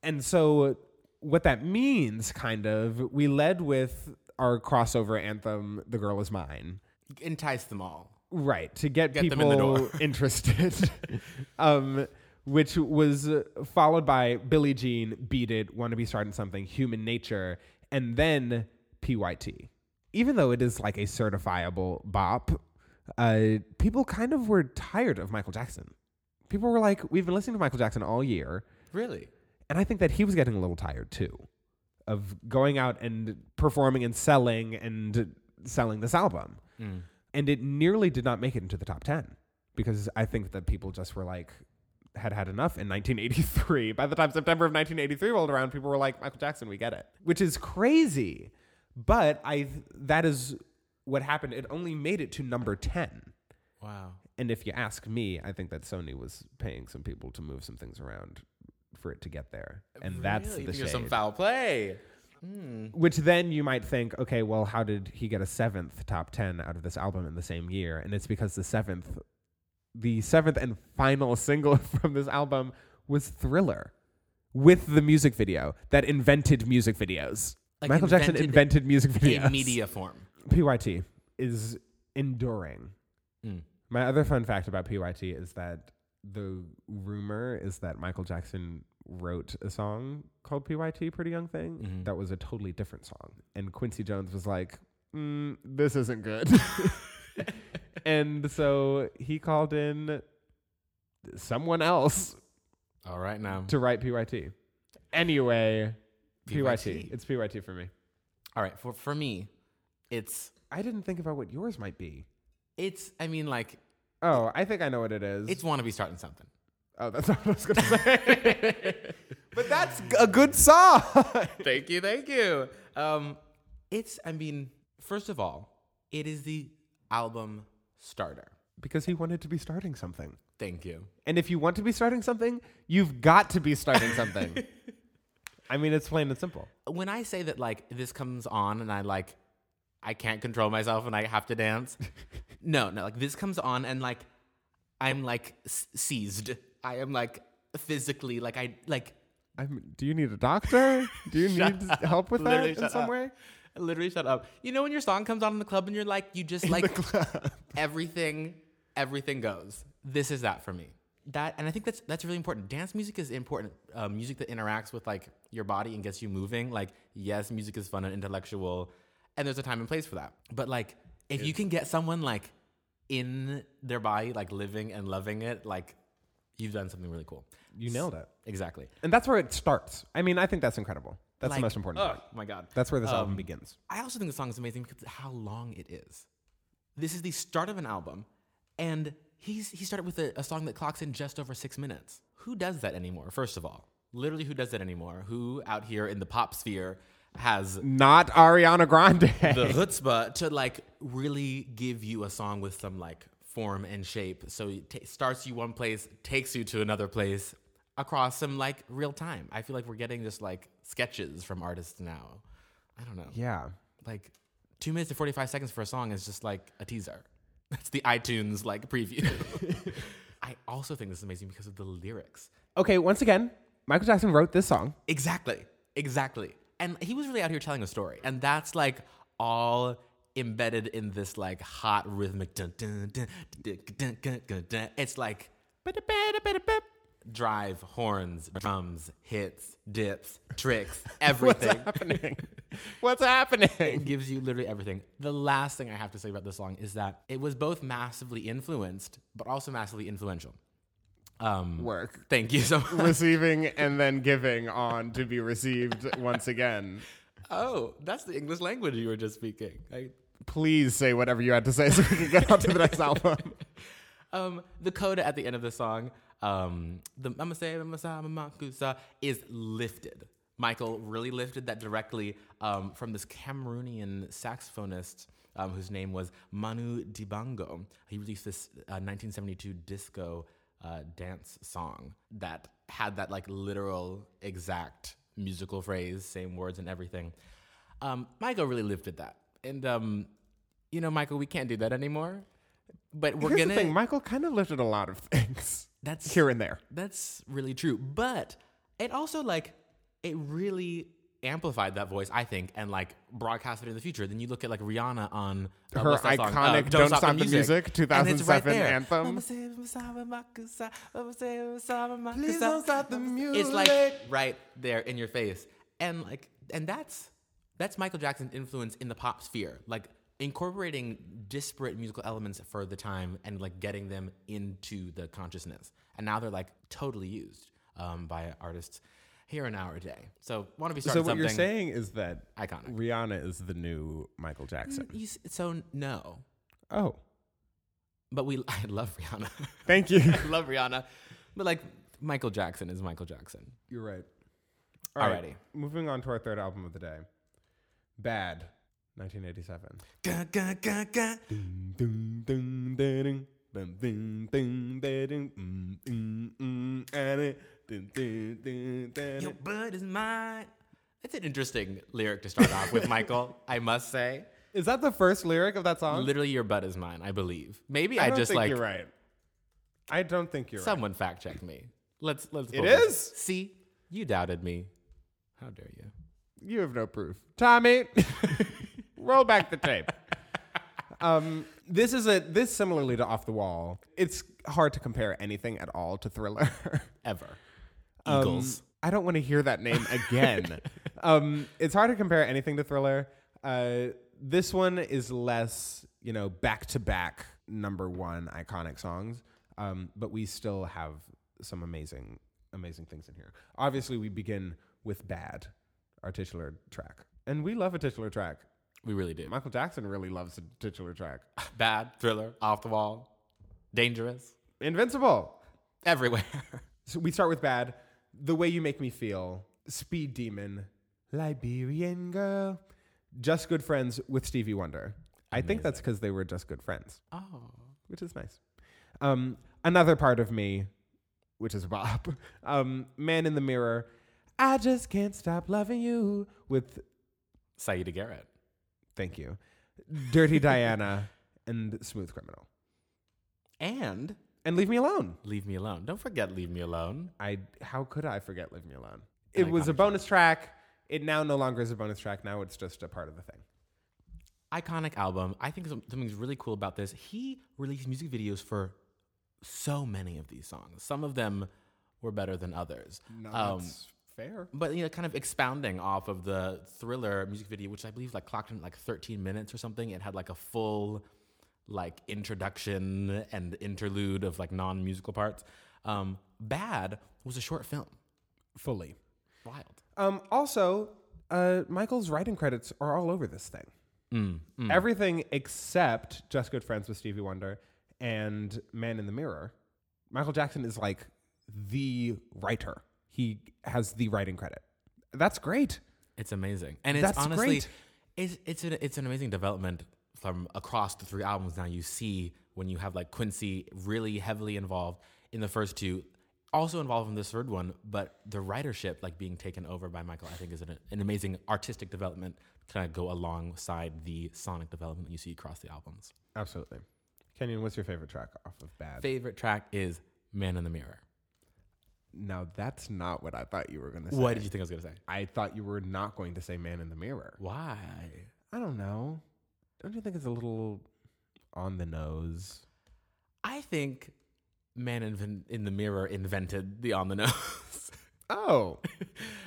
[SPEAKER 1] And so, what that means, kind of, we led with our crossover anthem, The Girl Is Mine.
[SPEAKER 2] Entice them all.
[SPEAKER 1] Right, to get,
[SPEAKER 2] Get them
[SPEAKER 1] people
[SPEAKER 2] in the door.
[SPEAKER 1] interested. um, which was uh, followed by Billie Jean, Beat It, Wanna Be Starting Something, Human Nature, and then PYT. Even though it is like a certifiable bop, uh, people kind of were tired of Michael Jackson. People were like, we've been listening to Michael Jackson all year.
[SPEAKER 2] Really?
[SPEAKER 1] And I think that he was getting a little tired too of going out and performing and selling and selling this album. And it nearly did not make it into the top 10 because I think that people just were like, had had enough in 1983. By the time September of 1983 rolled around, people were like, Michael Jackson, we get it, which is crazy. But I, that is what happened. It only made it to number 10.
[SPEAKER 2] Wow.
[SPEAKER 1] And if you ask me, I think that Sony was paying some people to move some things around for it to get there. And that's
[SPEAKER 2] Really?
[SPEAKER 1] the
[SPEAKER 2] There's some
[SPEAKER 1] shade.
[SPEAKER 2] foul play. Hmm.
[SPEAKER 1] Which then you might think, okay, well, how did he get a seventh top 10 out of this album in the same year? And it's because the seventh, the seventh and final single from this album was Thriller with the music video that invented music videos.
[SPEAKER 2] Like,
[SPEAKER 1] Michael Jackson
[SPEAKER 2] invented
[SPEAKER 1] invented music videos.
[SPEAKER 2] In media form.
[SPEAKER 1] PYT is enduring.
[SPEAKER 2] Hmm.
[SPEAKER 1] My other fun fact about PYT is that the rumor is that Michael Jackson wrote a song called PYT, Pretty Young Thing,
[SPEAKER 2] Mm-hmm.
[SPEAKER 1] that was a totally different song. And Quincy Jones was like, mm, this isn't good. and so he called in someone else
[SPEAKER 2] All right now.
[SPEAKER 1] to write PYT. Anyway, PYT.
[SPEAKER 2] PYT.
[SPEAKER 1] It's PYT for me.
[SPEAKER 2] All right. For for me, it's
[SPEAKER 1] I didn't think about what yours might be.
[SPEAKER 2] it's. I mean, like
[SPEAKER 1] Oh, I think I know what it is.
[SPEAKER 2] it's wannabe starting something.
[SPEAKER 1] oh, that's not what I was going to say. but that's g- a good song.
[SPEAKER 2] thank you, thank you. Um, it's. I mean, first of all, it is the album starter.
[SPEAKER 1] because he wanted to be starting something.
[SPEAKER 2] Thank you.
[SPEAKER 1] And if you want to be starting something, you've got to be starting something. I mean, it's plain and simple.
[SPEAKER 2] when I say that like this comes on and I like I can't control myself and I have to dance. no, no, like this comes on and like I'm like s- seized. I am like physically like I like
[SPEAKER 1] I'm, do you need a doctor? Do you need help with that
[SPEAKER 2] literally
[SPEAKER 1] in
[SPEAKER 2] shut
[SPEAKER 1] some
[SPEAKER 2] up.
[SPEAKER 1] way?
[SPEAKER 2] literally shut up. You know when your song comes on in the club and you're like you just like everything everything goes. This is that for me. That and I think that's that's really important. Dance music is important. Uh, music that interacts with like your body and gets you moving. Like yes, music is fun and intellectual, and there's a time and place for that. But like if you can get someone like in their body, like living and loving it, like you've done something really cool.
[SPEAKER 1] You nailed it.
[SPEAKER 2] Exactly.
[SPEAKER 1] And that's where it starts. I mean, I think that's incredible. That's
[SPEAKER 2] Like,
[SPEAKER 1] the most important
[SPEAKER 2] Oh
[SPEAKER 1] part.
[SPEAKER 2] my god.
[SPEAKER 1] That's where this album begins.
[SPEAKER 2] I also think the song is amazing because of how long it is. This is the start of an album, and he's he started with a, a song that clocks in just over six minutes. Who does that anymore? First of all, literally, who does that anymore? Who out here in the pop sphere has
[SPEAKER 1] Not Ariana Grande.
[SPEAKER 2] the chutzpah to like really give you a song with some like form and shape. So it ta starts you one place, takes you to another place across some like real time. I feel like we're getting just like sketches from artists now. I don't know
[SPEAKER 1] yeah.
[SPEAKER 2] like two minutes and 45 seconds for a song is just like a teaser. That's the iTunes like preview. I also think this is amazing because of the lyrics.
[SPEAKER 1] Okay, once again, Michael Jackson wrote this song.
[SPEAKER 2] Exactly. Exactly. And he was really out here telling a story. And that's like all embedded in this like hot rhythmic dun dun dun dun dun dun dun dun. It's like drive, horns, drums, hits, dips, tricks, everything.
[SPEAKER 1] happening? What's happening?
[SPEAKER 2] It gives you literally everything. The last thing I have to say about this song is that it was both massively influenced, but also massively influential. Um,
[SPEAKER 1] Work.
[SPEAKER 2] Thank you so much.
[SPEAKER 1] receiving and then giving on to be received once again.
[SPEAKER 2] Oh, that's the English language you were just speaking. I,
[SPEAKER 1] Please say whatever you had to say so we can get on to the next album.
[SPEAKER 2] um, the coda at the end of the song, um, the Mama Say, Mama Sa, Mama Kusa, is lifted. Michael really lifted that directly um, from this Cameroonian saxophonist um, whose name was Manu Dibango. He released this uh, 1972 disco uh, dance song that had that like literal, exact musical phrase, same words and everything. Um, Michael really lifted that. And, um, you know, Michael, we can't do that anymore. But we're
[SPEAKER 1] Here's
[SPEAKER 2] gonna
[SPEAKER 1] the thing, Michael kind of lifted a lot of things
[SPEAKER 2] that's
[SPEAKER 1] here and there.
[SPEAKER 2] That's really true. But it also like it really amplified that voice, I think, and like broadcast it in the future. Then you look at like Rihanna on uh,
[SPEAKER 1] Her
[SPEAKER 2] what's that song?
[SPEAKER 1] iconic Don't Stop the Music,
[SPEAKER 2] and it's right
[SPEAKER 1] 2007
[SPEAKER 2] there.
[SPEAKER 1] anthem.
[SPEAKER 2] Mama say, "Mama say, mama kusa, mama say, mama say, mama
[SPEAKER 1] Please
[SPEAKER 2] kusa."
[SPEAKER 1] don't stop the
[SPEAKER 2] It's like
[SPEAKER 1] music.
[SPEAKER 2] right there in your face, and like and that's that's Michael Jackson's influence in the pop sphere. Like incorporating disparate musical elements for the time and like getting them into the consciousness. And now they're like totally used um, by artists here and now or today. So want to be
[SPEAKER 1] So
[SPEAKER 2] starting
[SPEAKER 1] what you're
[SPEAKER 2] something
[SPEAKER 1] saying is that
[SPEAKER 2] iconic. Mm,
[SPEAKER 1] Rihanna is the new Michael Jackson.
[SPEAKER 2] You s- so no,
[SPEAKER 1] Mm. Oh,
[SPEAKER 2] but we I love Rihanna.
[SPEAKER 1] thank you.
[SPEAKER 2] I love Rihanna, but like Michael Jackson is Michael Jackson.
[SPEAKER 1] You're right.
[SPEAKER 2] Alrighty.
[SPEAKER 1] Moving on to our third album of the day, Bad, 1987.
[SPEAKER 2] Ga, ga, ga, ga.
[SPEAKER 1] Dun, dun, dun, dun, dun, dun, dun, dun, mm, mm, mm, and it, dun, dun, dun, dun,
[SPEAKER 2] Your
[SPEAKER 1] dun.
[SPEAKER 2] butt is mine. That's an interesting lyric to start off with, Michael. I must say,
[SPEAKER 1] Is that the first lyric of that song?
[SPEAKER 2] literally, your butt is mine. I believe. Maybe I,
[SPEAKER 1] don't
[SPEAKER 2] just
[SPEAKER 1] think
[SPEAKER 2] like
[SPEAKER 1] you're right. I don't think you're
[SPEAKER 2] someone fact check me. Let's let's.
[SPEAKER 1] It
[SPEAKER 2] pull this.
[SPEAKER 1] is?
[SPEAKER 2] See, you doubted me. How dare you?
[SPEAKER 1] right. You have no proof. Tommy, roll back the tape. Um, this is a this similarly to Off the Wall. It's hard to compare anything at all to Thriller.
[SPEAKER 2] Ever.
[SPEAKER 1] Um,
[SPEAKER 2] Eagles.
[SPEAKER 1] I don't want to hear that name again. um, it's hard to compare anything to Thriller. Uh, this one is less, you know, back to back number one iconic songs, um, but we still have some amazing, amazing things in here. Obviously, we begin with Bad, our titular track. And we love a titular track.
[SPEAKER 2] we really do.
[SPEAKER 1] Michael Jackson really loves a titular track.
[SPEAKER 2] Bad thriller, off the wall, dangerous,
[SPEAKER 1] Invincible.
[SPEAKER 2] everywhere.
[SPEAKER 1] So we start with bad. The way you make me feel. Speed Demon. Liberian Girl. Just good friends with Stevie Wonder. I think that's because they were just good friends,
[SPEAKER 2] oh,
[SPEAKER 1] which is nice. Um, another part of me, which is Bob. Um, Man in the Mirror. I just can't stop loving you. With
[SPEAKER 2] Saida Garrett.
[SPEAKER 1] thank you, Dirty Diana and Smooth Criminal,
[SPEAKER 2] And
[SPEAKER 1] and Leave Me Alone.
[SPEAKER 2] leave me alone. Don't forget, leave me alone.
[SPEAKER 1] I how could I forget Leave Me Alone? It
[SPEAKER 2] An
[SPEAKER 1] was a
[SPEAKER 2] iconic
[SPEAKER 1] bonus track. It now no longer is a bonus track. Now it's just a part of the thing.
[SPEAKER 2] iconic album. I think some- something's really cool about this. He released music videos for so many of these songs. Some of them were better than others. Um,
[SPEAKER 1] fair.
[SPEAKER 2] but you know, kind of expounding off of the thriller music video, which I believe like clocked in at, like 13 minutes or something. It had like a full like introduction and interlude of like non-musical parts. Um, Bad was a short film.
[SPEAKER 1] Fully.
[SPEAKER 2] Wild.
[SPEAKER 1] Um, also, uh, Michael's writing credits are all over this thing.
[SPEAKER 2] Mm,
[SPEAKER 1] Hmm. Everything except Just Good Friends with Stevie Wonder and Man in the Mirror. Michael Jackson is like the writer. He has the writing credit. That's great.
[SPEAKER 2] It's amazing, and it's
[SPEAKER 1] That's
[SPEAKER 2] honestly,
[SPEAKER 1] great.
[SPEAKER 2] it's it's an it's an amazing development from across the three albums. Now you see when you have like Quincy really heavily involved in the first two, also involved in this third one, but the writership like being taken over by Michael, I think is an, an amazing artistic development to kind of go alongside the sonic development you see across the albums.
[SPEAKER 1] Absolutely. Kenyon, what's your favorite track off of Bad?
[SPEAKER 2] Favorite track is Man in the Mirror.
[SPEAKER 1] Now that's not what I thought you were going to say.
[SPEAKER 2] What did you think I was gonna say?
[SPEAKER 1] I thought you were not going to say man in the mirror.
[SPEAKER 2] Why?
[SPEAKER 1] I don't know. Don't you think it's a little on the nose?
[SPEAKER 2] I think Man in, in the Mirror invented the on the nose.
[SPEAKER 1] Oh,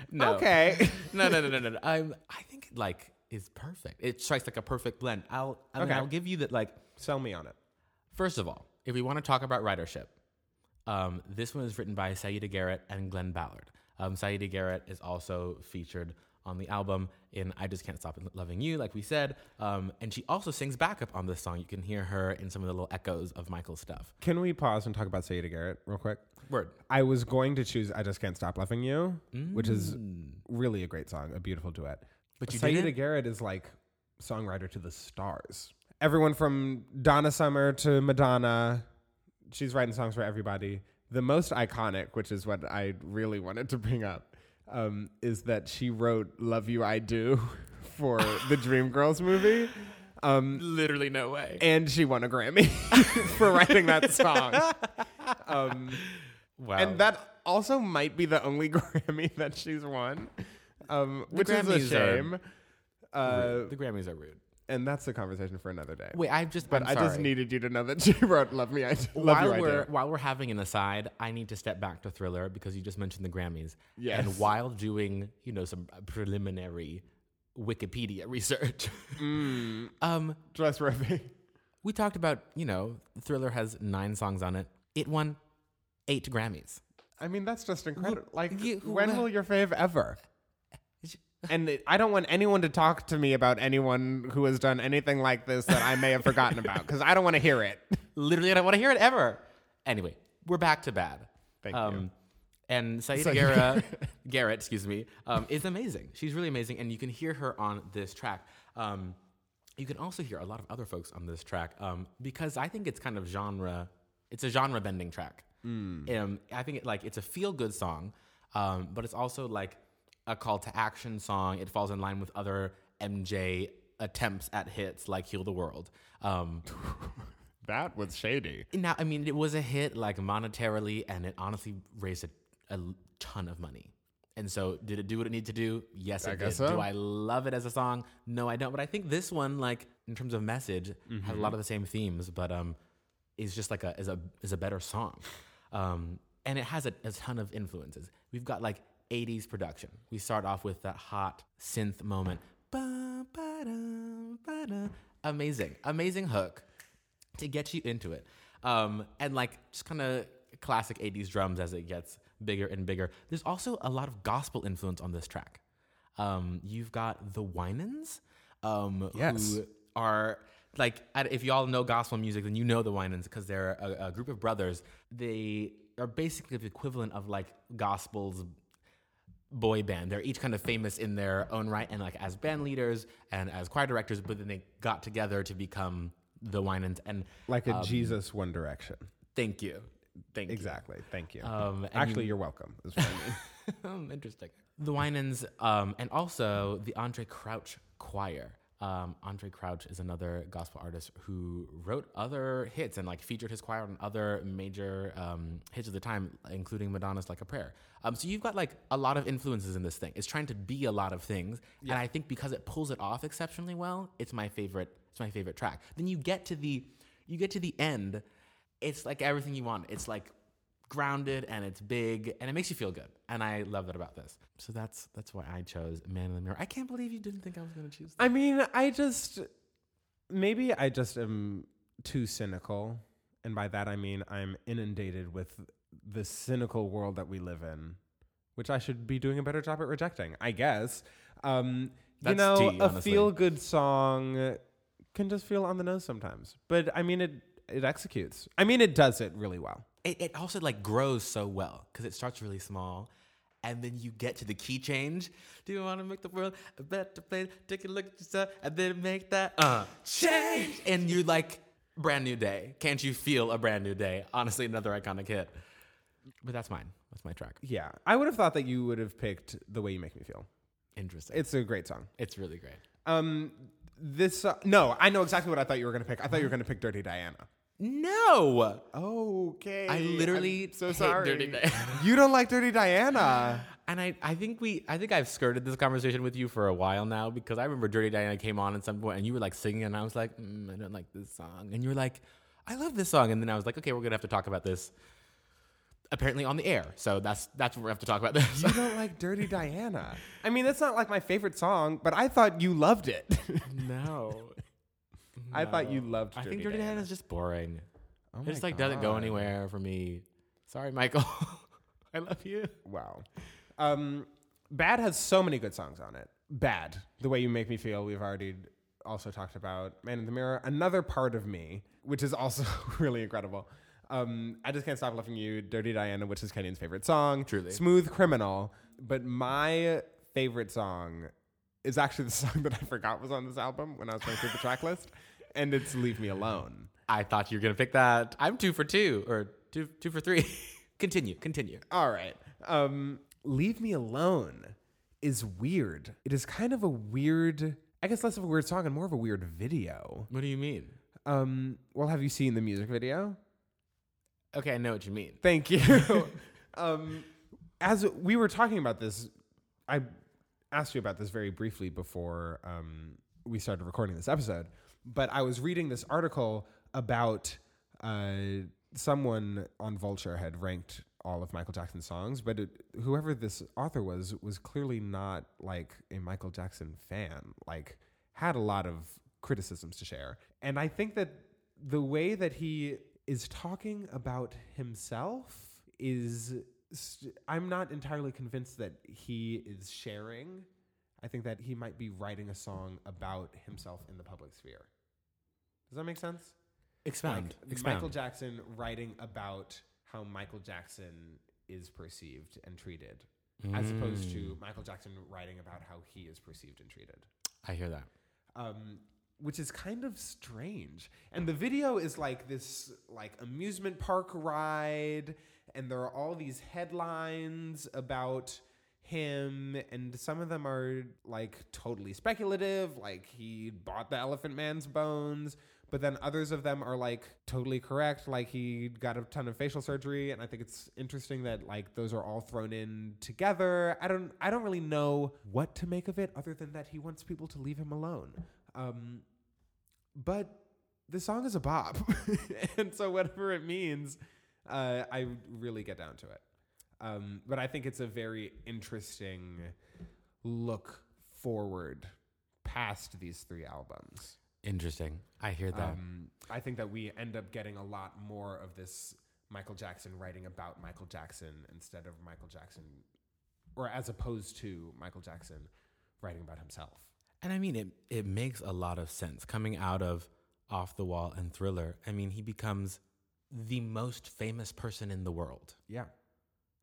[SPEAKER 2] no.
[SPEAKER 1] okay.
[SPEAKER 2] no, no, no, no, no, no. I'm, I think it, like is perfect. It strikes like a perfect blend. I'll, I mean,
[SPEAKER 1] Okay.
[SPEAKER 2] I'll give you that. Like,
[SPEAKER 1] Sell me on it.
[SPEAKER 2] first of all, if we want to talk about writership, um, this one is written by Saida Garrett and Glenn Ballard. Um, Saida Garrett is also featured on the album in "I Just Can't Stop Loving You," like we said, um, and she also sings backup on this song. You can hear her in some of the little echoes of Michael's stuff.
[SPEAKER 1] Can we pause and talk about Saida Garrett real quick?
[SPEAKER 2] Word.
[SPEAKER 1] I was going to choose I Just Can't Stop Loving You, which is really a great song, a beautiful duet.
[SPEAKER 2] But you
[SPEAKER 1] Saida
[SPEAKER 2] didn't?
[SPEAKER 1] Garrett is like songwriter to the stars. Everyone from Donna Summer to Madonna, she's writing songs for everybody. The most iconic, which is what I really wanted to bring up, um, is that she wrote "Love You I Do" for the Dreamgirls movie, um,
[SPEAKER 2] Literally no way.
[SPEAKER 1] and she won a Grammy for writing that song. Um,
[SPEAKER 2] wow.
[SPEAKER 1] and that also might be the only Grammy that she's won, um, which
[SPEAKER 2] Grammys
[SPEAKER 1] is a
[SPEAKER 2] are
[SPEAKER 1] shame. Uh,
[SPEAKER 2] the Grammys are rude.
[SPEAKER 1] and that's a conversation for another day.
[SPEAKER 2] Wait, I've just.
[SPEAKER 1] but
[SPEAKER 2] I'm
[SPEAKER 1] I just
[SPEAKER 2] sorry.
[SPEAKER 1] needed you to know that she wrote "Love Me I Do." Love
[SPEAKER 2] while
[SPEAKER 1] you, I
[SPEAKER 2] we're
[SPEAKER 1] do.
[SPEAKER 2] while we're having an aside, I need to step back to Thriller because you just mentioned the Grammys.
[SPEAKER 1] Yes.
[SPEAKER 2] And while doing, you know, some preliminary Wikipedia research.
[SPEAKER 1] Mm.
[SPEAKER 2] um,
[SPEAKER 1] Dress ripping.
[SPEAKER 2] we talked about, you know, Thriller has nine songs on it. It won eight Grammys.
[SPEAKER 1] I mean, that's just incredible. Like,
[SPEAKER 2] you- who-
[SPEAKER 1] when will your fave ever? And it- I don't want anyone to talk to me about anyone who has done anything like this that I may have forgotten about because I don't want to hear it.
[SPEAKER 2] Literally, I don't want to hear it ever. Anyway, we're back to bad. Um,
[SPEAKER 1] Thank you.
[SPEAKER 2] And Saeed Garrett, Garrett, excuse me, um, is amazing. She's really amazing, and you can hear her on this track. Um, you can also hear a lot of other folks on this track um, because I think it's kind of genre. It's a genre bending track.
[SPEAKER 1] Mm.
[SPEAKER 2] Um, I think it, like it's a feel good song, um, but it's also like a call to action song. It falls in line with other MJ attempts at hits like "Heal the World." Um,
[SPEAKER 1] That was shady.
[SPEAKER 2] now, I mean, it was a hit like monetarily, and it honestly raised a, a l- ton of money. And so, did it do what it needed to do? Yes, it
[SPEAKER 1] guess
[SPEAKER 2] did.
[SPEAKER 1] so.
[SPEAKER 2] Do I love it as a song? No, I don't. But I think this one, like in terms of message, has
[SPEAKER 1] Mm-hmm.
[SPEAKER 2] a lot of the same themes, but um, is just like a is a is a better song, um, and it has a, a ton of influences. We've got like. 80s production. We start off with that hot synth moment. Ba, ba, da, ba, da. Amazing, amazing hook to get you into it. Um, and like just kind of classic 80s drums as it gets bigger and bigger. There's also a lot of gospel influence on this track. Um, you've got the Winans, um,
[SPEAKER 1] Yes.
[SPEAKER 2] who are like, at- if y'all know gospel music, then you know the Winans because they're a, a group of brothers. They are basically the equivalent of like gospel's boy band. They're each kind of famous in their own right and like as band leaders and as choir directors, but then they got together to become the Winans. And
[SPEAKER 1] Like a Jesus One Direction.
[SPEAKER 2] Um, thank you. Thank
[SPEAKER 1] Exactly. Thank you.
[SPEAKER 2] Um, and
[SPEAKER 1] Actually, you, are welcome. Is what I mean.
[SPEAKER 2] you. Interesting. The Winans um, and also the Andre Crouch Choir. Um, Andre Crouch is another gospel artist who wrote other hits and like featured his choir on other major um, hits of the time, including Madonna's "Like a Prayer." Um, so you've got like a lot of influences in this thing. It's trying to be a lot of things, and I think because it pulls it off exceptionally well, it's my favorite. It's my favorite track. Then you get to the you get to the end. It's like everything you want. It's like grounded and it's big and it makes you feel good. And I love that about this. So that's that's why I chose Man in the Mirror. I can't believe you didn't think I was going to choose. That.
[SPEAKER 1] I mean, I just maybe I just am too cynical, and by that I mean I'm inundated with the cynical world that we live in, which I should be doing a better job at rejecting, I guess. Um, you
[SPEAKER 2] That's
[SPEAKER 1] know,
[SPEAKER 2] tea,
[SPEAKER 1] a
[SPEAKER 2] honestly.
[SPEAKER 1] feel good song can just feel on the nose sometimes, but I mean it. It executes. I mean, it does it really well.
[SPEAKER 2] It, it also like grows so well because it starts really small. And then you get to the key change. Do you want to make the world a better place? Take a look at yourself and then make that uh, change. And you're like, brand new day. Can't you feel a brand new day? Honestly, another iconic hit. But that's mine. That's my track.
[SPEAKER 1] Yeah, I would have thought that you would have picked the way you make me feel.
[SPEAKER 2] Interesting.
[SPEAKER 1] It's a great song.
[SPEAKER 2] it's really great.
[SPEAKER 1] Um, this uh, no, I know exactly what I thought you were gonna pick. I thought you were gonna pick Dirty Diana.
[SPEAKER 2] No.
[SPEAKER 1] Okay,
[SPEAKER 2] I literally
[SPEAKER 1] I'm so
[SPEAKER 2] hate
[SPEAKER 1] sorry.
[SPEAKER 2] Dirty Diana.
[SPEAKER 1] you don't like Dirty Diana.
[SPEAKER 2] And I, I think we I think I've skirted this conversation with you for a while now because I remember Dirty Diana came on at some point and you were like singing and I was like mm, I don't like this song and you were like I love this song and then I was like okay we're gonna have to talk about this apparently on the air so that's that's what we're gonna have to talk about this
[SPEAKER 1] You don't like Dirty Diana. I mean, that's not like my favorite song, but I thought you loved it.
[SPEAKER 2] no
[SPEAKER 1] I thought you loved.
[SPEAKER 2] I
[SPEAKER 1] Dirty
[SPEAKER 2] think Dirty
[SPEAKER 1] Diana.
[SPEAKER 2] Diana is just boring
[SPEAKER 1] Oh
[SPEAKER 2] it just
[SPEAKER 1] my
[SPEAKER 2] like doesn't go
[SPEAKER 1] God.
[SPEAKER 2] anywhere for me sorry Michael I love you
[SPEAKER 1] Wow. Um, Bad has so many good songs on it. Bad, the way you make me feel, we've already also talked about. Man in the Mirror, another part of me, which is also really incredible. Um, I just can't stop loving you, Dirty Diana, which is Kenyon's favorite song.
[SPEAKER 2] Truly.
[SPEAKER 1] Smooth Criminal, but my favorite song is actually the song that I forgot was on this album when I was going through the track list, and it's Leave Me Alone.
[SPEAKER 2] I thought you were gonna pick that I'm two for two or two two for three continue continue
[SPEAKER 1] All right. Um, Leave Me Alone is weird. It is kind of a weird, I guess less of a weird song and more of a weird video.
[SPEAKER 2] what do you mean
[SPEAKER 1] Um, well, have you seen the music video?
[SPEAKER 2] Okay, I know what you mean.
[SPEAKER 1] Thank you. um, as we were talking about this, I asked you about this very briefly before um, we started recording this episode, but I was reading this article about uh, someone on Vulture had ranked all of Michael Jackson's songs, but it, whoever this author was was clearly not like a Michael Jackson fan. Like had a lot of criticisms to share. And I think that the way that he is talking about himself is st- I'm not entirely convinced that he is sharing. I think that he might be writing a song about himself in the public sphere. Does that make sense?
[SPEAKER 2] Expound.
[SPEAKER 1] like Michael Jackson writing about how Michael Jackson is perceived and treated, as opposed to
[SPEAKER 2] Mm.
[SPEAKER 1] Michael Jackson writing about how he is perceived and treated,
[SPEAKER 2] I hear that.
[SPEAKER 1] um, which is kind of strange. And the video is like this like amusement park ride, and there are all these headlines about him and some of them are like totally speculative like he bought the elephant man's bones but then others of them are like totally correct like he got a ton of facial surgery and i think it's interesting that like those are all thrown in together i don't i don't really know what to make of it other than that he wants people to leave him alone um but the song is a bop and so whatever it means uh i really get down to it um but i think it's a very interesting look forward past these three albums
[SPEAKER 2] Interesting. I hear that.
[SPEAKER 1] um, I think that we end up getting a lot more of this Michael Jackson writing about Michael Jackson instead of Michael Jackson, or as opposed to Michael Jackson writing about himself.
[SPEAKER 2] And I mean, it, it makes a lot of sense coming out of Off the Wall and Thriller. I mean, he becomes the most famous person in the world,
[SPEAKER 1] Yeah.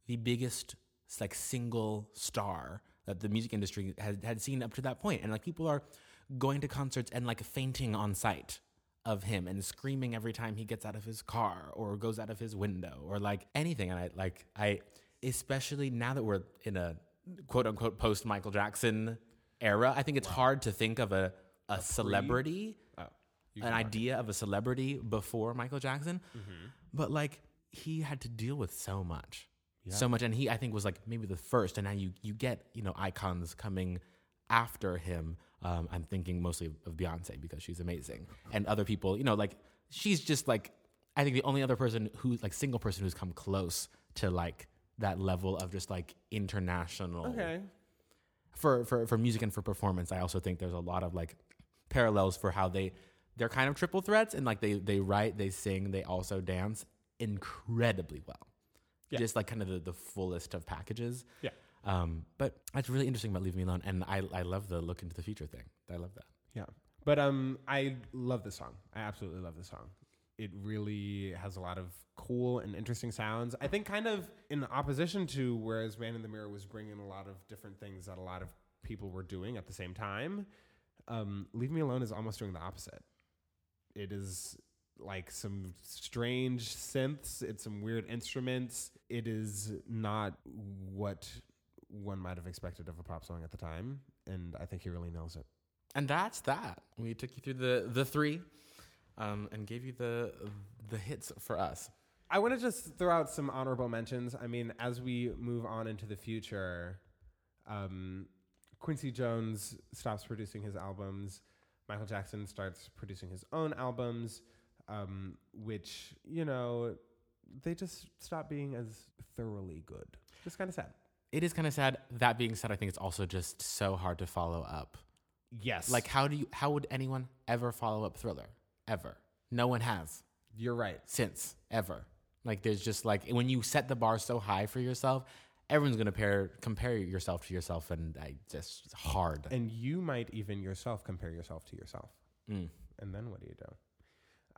[SPEAKER 2] the biggest like single star that the music industry had, had seen up to that point. And like people are going to concerts and like fainting on sight of him and screaming every time he gets out of his car or goes out of his window or like anything. And I like, I, especially now that we're in a quote unquote post Michael Jackson era, I think it's hard to think of a, a celebrity
[SPEAKER 1] Oh,
[SPEAKER 2] an idea of a celebrity before Michael Jackson. But like he had to deal with so much. So much and he I think was like maybe the first and now you you get, you know, icons coming after him. Um, I'm thinking mostly of Beyonce because she's amazing. And other people, you know, like she's just like I think the only other person who like single person who's come close to like that level of just like international
[SPEAKER 1] Okay.
[SPEAKER 2] for, for for music and for performance, I also think there's a lot of like parallels for how they they're kind of triple threats and like they they write, they sing, they also dance incredibly well.
[SPEAKER 1] Yeah.
[SPEAKER 2] Just like kind of the, the fullest of packages.
[SPEAKER 1] Yeah.
[SPEAKER 2] Um, but that's really interesting about Leave Me Alone, and I I love the look into the future thing. I love that.
[SPEAKER 1] Yeah. But um, I love this song. I absolutely love this song. It really has a lot of cool and interesting sounds. I think kind of in opposition to whereas Man in the Mirror was bringing a lot of different things that a lot of people were doing at the same time. Um, Leave Me Alone is almost doing the opposite. It is like some strange synths. It's some weird instruments. It is not what one might have expected of a pop song at the time, and I think he really nails it.
[SPEAKER 2] And that's that. We took you through the the three, um, and gave you the the hits for us.
[SPEAKER 1] I want to just throw out some honorable mentions. I mean, as we move on into the future, um, Quincy Jones stops producing his albums. Michael Jackson starts producing his own albums, um, which, you know, they just stop being as thoroughly good. Just kind of sad.
[SPEAKER 2] It is kind of sad. That being said, I think it's also just so hard to follow up.
[SPEAKER 1] Yes.
[SPEAKER 2] Like, how do you? How would anyone ever follow up Thriller? Ever? No one has
[SPEAKER 1] you're right.
[SPEAKER 2] since ever. Like, there's just like when you set the bar so high for yourself, everyone's gonna pair, compare yourself to yourself, and I just it's hard.
[SPEAKER 1] And you might even yourself compare yourself to yourself.
[SPEAKER 2] Mm.
[SPEAKER 1] and then what do you do?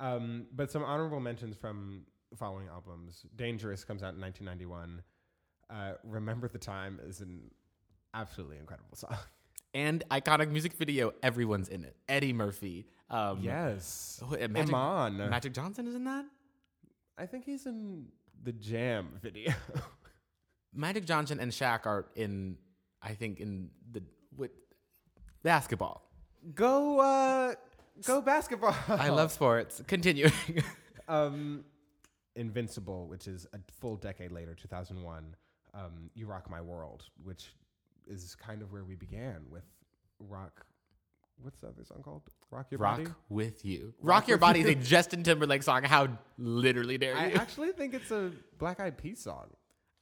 [SPEAKER 1] Um, but some honorable mentions from following albums: "Dangerous" comes out in 1991. Uh, "Remember the Time" is an absolutely incredible song.
[SPEAKER 2] And iconic music video. Everyone's in it. Eddie Murphy. Um,
[SPEAKER 1] Yes,
[SPEAKER 2] who- uh, Magic,
[SPEAKER 1] Iman.
[SPEAKER 2] Magic Johnson is in that.
[SPEAKER 1] I think he's in the Jam video.
[SPEAKER 2] Magic Johnson and Shaq are in. I think in the with basketball.
[SPEAKER 1] go, uh, go basketball.
[SPEAKER 2] I love sports. Continuing.
[SPEAKER 1] um, Invincible, which is a full decade later, 2001, um, You Rock My World, which is kind of where we began with Rock. What's the other song called? Rock Your
[SPEAKER 2] Rock
[SPEAKER 1] Body?
[SPEAKER 2] with you. Rock, your body is a Justin Timberlake song. How literally dare
[SPEAKER 1] I
[SPEAKER 2] you?
[SPEAKER 1] actually think it's a Black Eyed Peas song.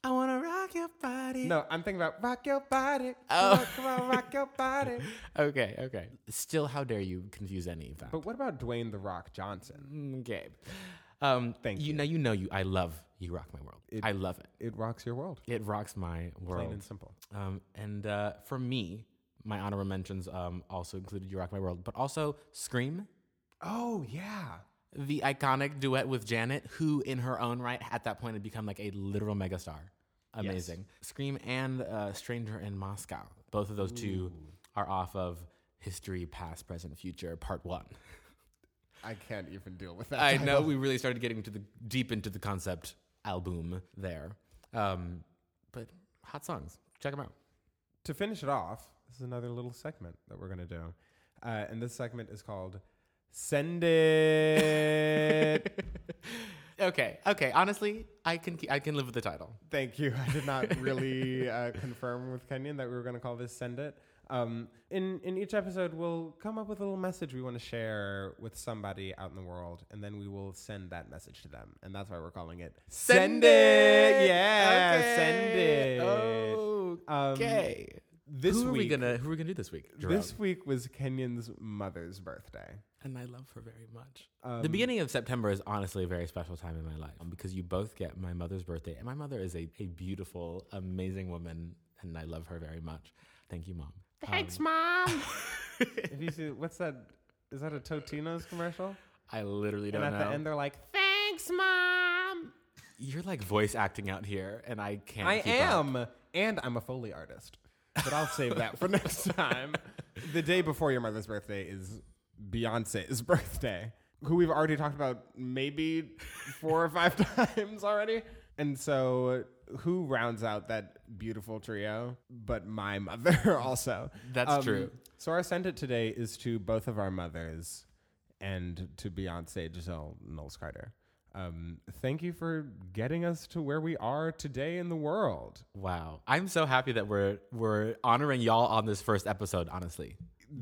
[SPEAKER 2] I want to rock your body.
[SPEAKER 1] No, I'm thinking about rock your body. Come on, come on, rock your body.
[SPEAKER 2] Okay, okay. Still, how dare you confuse any of that?
[SPEAKER 1] But what about Dwayne the Rock Johnson?
[SPEAKER 2] Oh. Okay. Um,
[SPEAKER 1] Thank
[SPEAKER 2] you. Now you know you. I love you. Rock my world. I love it.
[SPEAKER 1] It rocks your world.
[SPEAKER 2] It rocks my world.
[SPEAKER 1] Plain and simple.
[SPEAKER 2] Um, and uh, for me, my honorable mentions um, also included "You Rock My World," but also "Scream,"
[SPEAKER 1] Oh yeah.
[SPEAKER 2] the iconic duet with Janet, who in her own right at that point had become like a literal megastar. Amazing. "Scream" and uh, "Stranger in Moscow." Both of those two are off of "History, Past, Present, Future" Part One.
[SPEAKER 1] I can't even deal with that.
[SPEAKER 2] I know we really started getting to the deep into the concept album there, um, but hot songs. Check them out.
[SPEAKER 1] To finish it off, this is another little segment that we're gonna do, uh, and this segment is called "Send It."
[SPEAKER 2] Okay, okay. Honestly, I can I can live with the title.
[SPEAKER 1] Thank you. I did not really uh, confirm with Kenyon that we were going to call this "Send It." Um, in in each episode, we'll come up with a little message we want to share with somebody out in the world, and then we will send that message to them, and that's why we're calling it
[SPEAKER 2] Send it!
[SPEAKER 1] Yeah,
[SPEAKER 2] Okay. Oh,
[SPEAKER 1] send it. Um,
[SPEAKER 2] Okay.
[SPEAKER 1] this
[SPEAKER 2] who are we
[SPEAKER 1] week-
[SPEAKER 2] gonna Who are we gonna do this week? Jerome?
[SPEAKER 1] This week was Kenyon's mother's birthday.
[SPEAKER 2] and I love her very much.
[SPEAKER 1] Um,
[SPEAKER 2] the beginning of September is honestly a very special time in my life um, because you both get my mother's birthday, and my mother is a, a beautiful, amazing woman, and I love her very much. Thank you, mom. Um,
[SPEAKER 1] Thanks, mom. if you see, what's that? Is that a Totino's commercial?
[SPEAKER 2] I literally don't
[SPEAKER 1] and at
[SPEAKER 2] know.
[SPEAKER 1] the end, they're like, "Thanks, mom."
[SPEAKER 2] You're like voice acting out here, and I can't.
[SPEAKER 1] I
[SPEAKER 2] keep up.
[SPEAKER 1] am, and I'm a Foley artist. But I'll save that for next time. The day before your mother's birthday is Beyonce's birthday, who we've already talked about maybe four or five times already. And so, who rounds out that beautiful trio but my mother also?
[SPEAKER 2] That's true.
[SPEAKER 1] Um, So, our send it today is to both of our mothers and to Beyonce Giselle Knowles Carter. Um, thank you for getting us to where we are today in the world.
[SPEAKER 2] Wow, I'm so happy that we're we're honoring y'all on this first episode, honestly,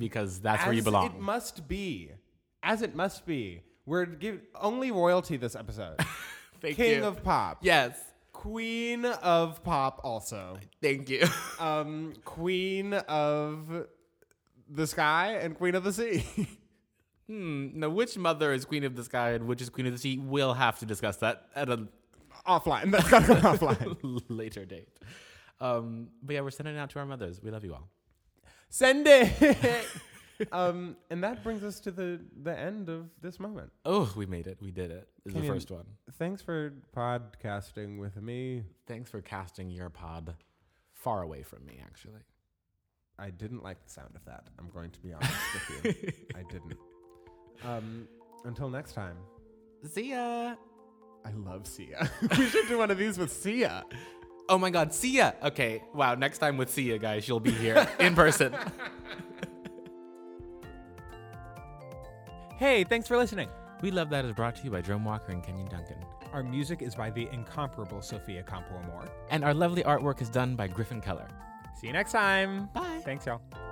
[SPEAKER 2] because that's where you
[SPEAKER 1] As
[SPEAKER 2] belong.
[SPEAKER 1] It must be, as it must be. We're give only royalty this episode.
[SPEAKER 2] Thank
[SPEAKER 1] King
[SPEAKER 2] you.
[SPEAKER 1] of pop,
[SPEAKER 2] yes,
[SPEAKER 1] Queen of pop, also.
[SPEAKER 2] thank you.
[SPEAKER 1] Um, queen of the sky and queen of the sea.
[SPEAKER 2] Hmm, now, which mother is queen of the sky and which is queen of the sea? We'll have to discuss that at a
[SPEAKER 1] offline. That's gotta come offline.
[SPEAKER 2] later date. Um, but yeah, we're sending it out to our mothers. We love you all.
[SPEAKER 1] Send it. um, and that brings us to the the end of this moment.
[SPEAKER 2] Oh, we made it. We did it. Is the
[SPEAKER 1] Kenyon.
[SPEAKER 2] first one.
[SPEAKER 1] Thanks for podcasting with me.
[SPEAKER 2] Thanks for casting your pod far away from me. Actually,
[SPEAKER 1] I didn't like the sound of that. I'm going to be honest with you. I didn't. Um, until next time,
[SPEAKER 2] see ya.
[SPEAKER 1] I love Sia. we should do one of these with Sia.
[SPEAKER 2] Oh my God, see ya. Okay, wow. Next time with see ya, guys. You'll be here in person.
[SPEAKER 3] Hey, thanks for listening.
[SPEAKER 2] We Love That is brought to you by Jerome Walker and Kenyon Duncan.
[SPEAKER 3] Our music is by the incomparable Sophia Campoamor.
[SPEAKER 2] And our lovely artwork is done by Griffin Keller.
[SPEAKER 3] See you next time.
[SPEAKER 2] Bye.
[SPEAKER 3] Thanks, y'all.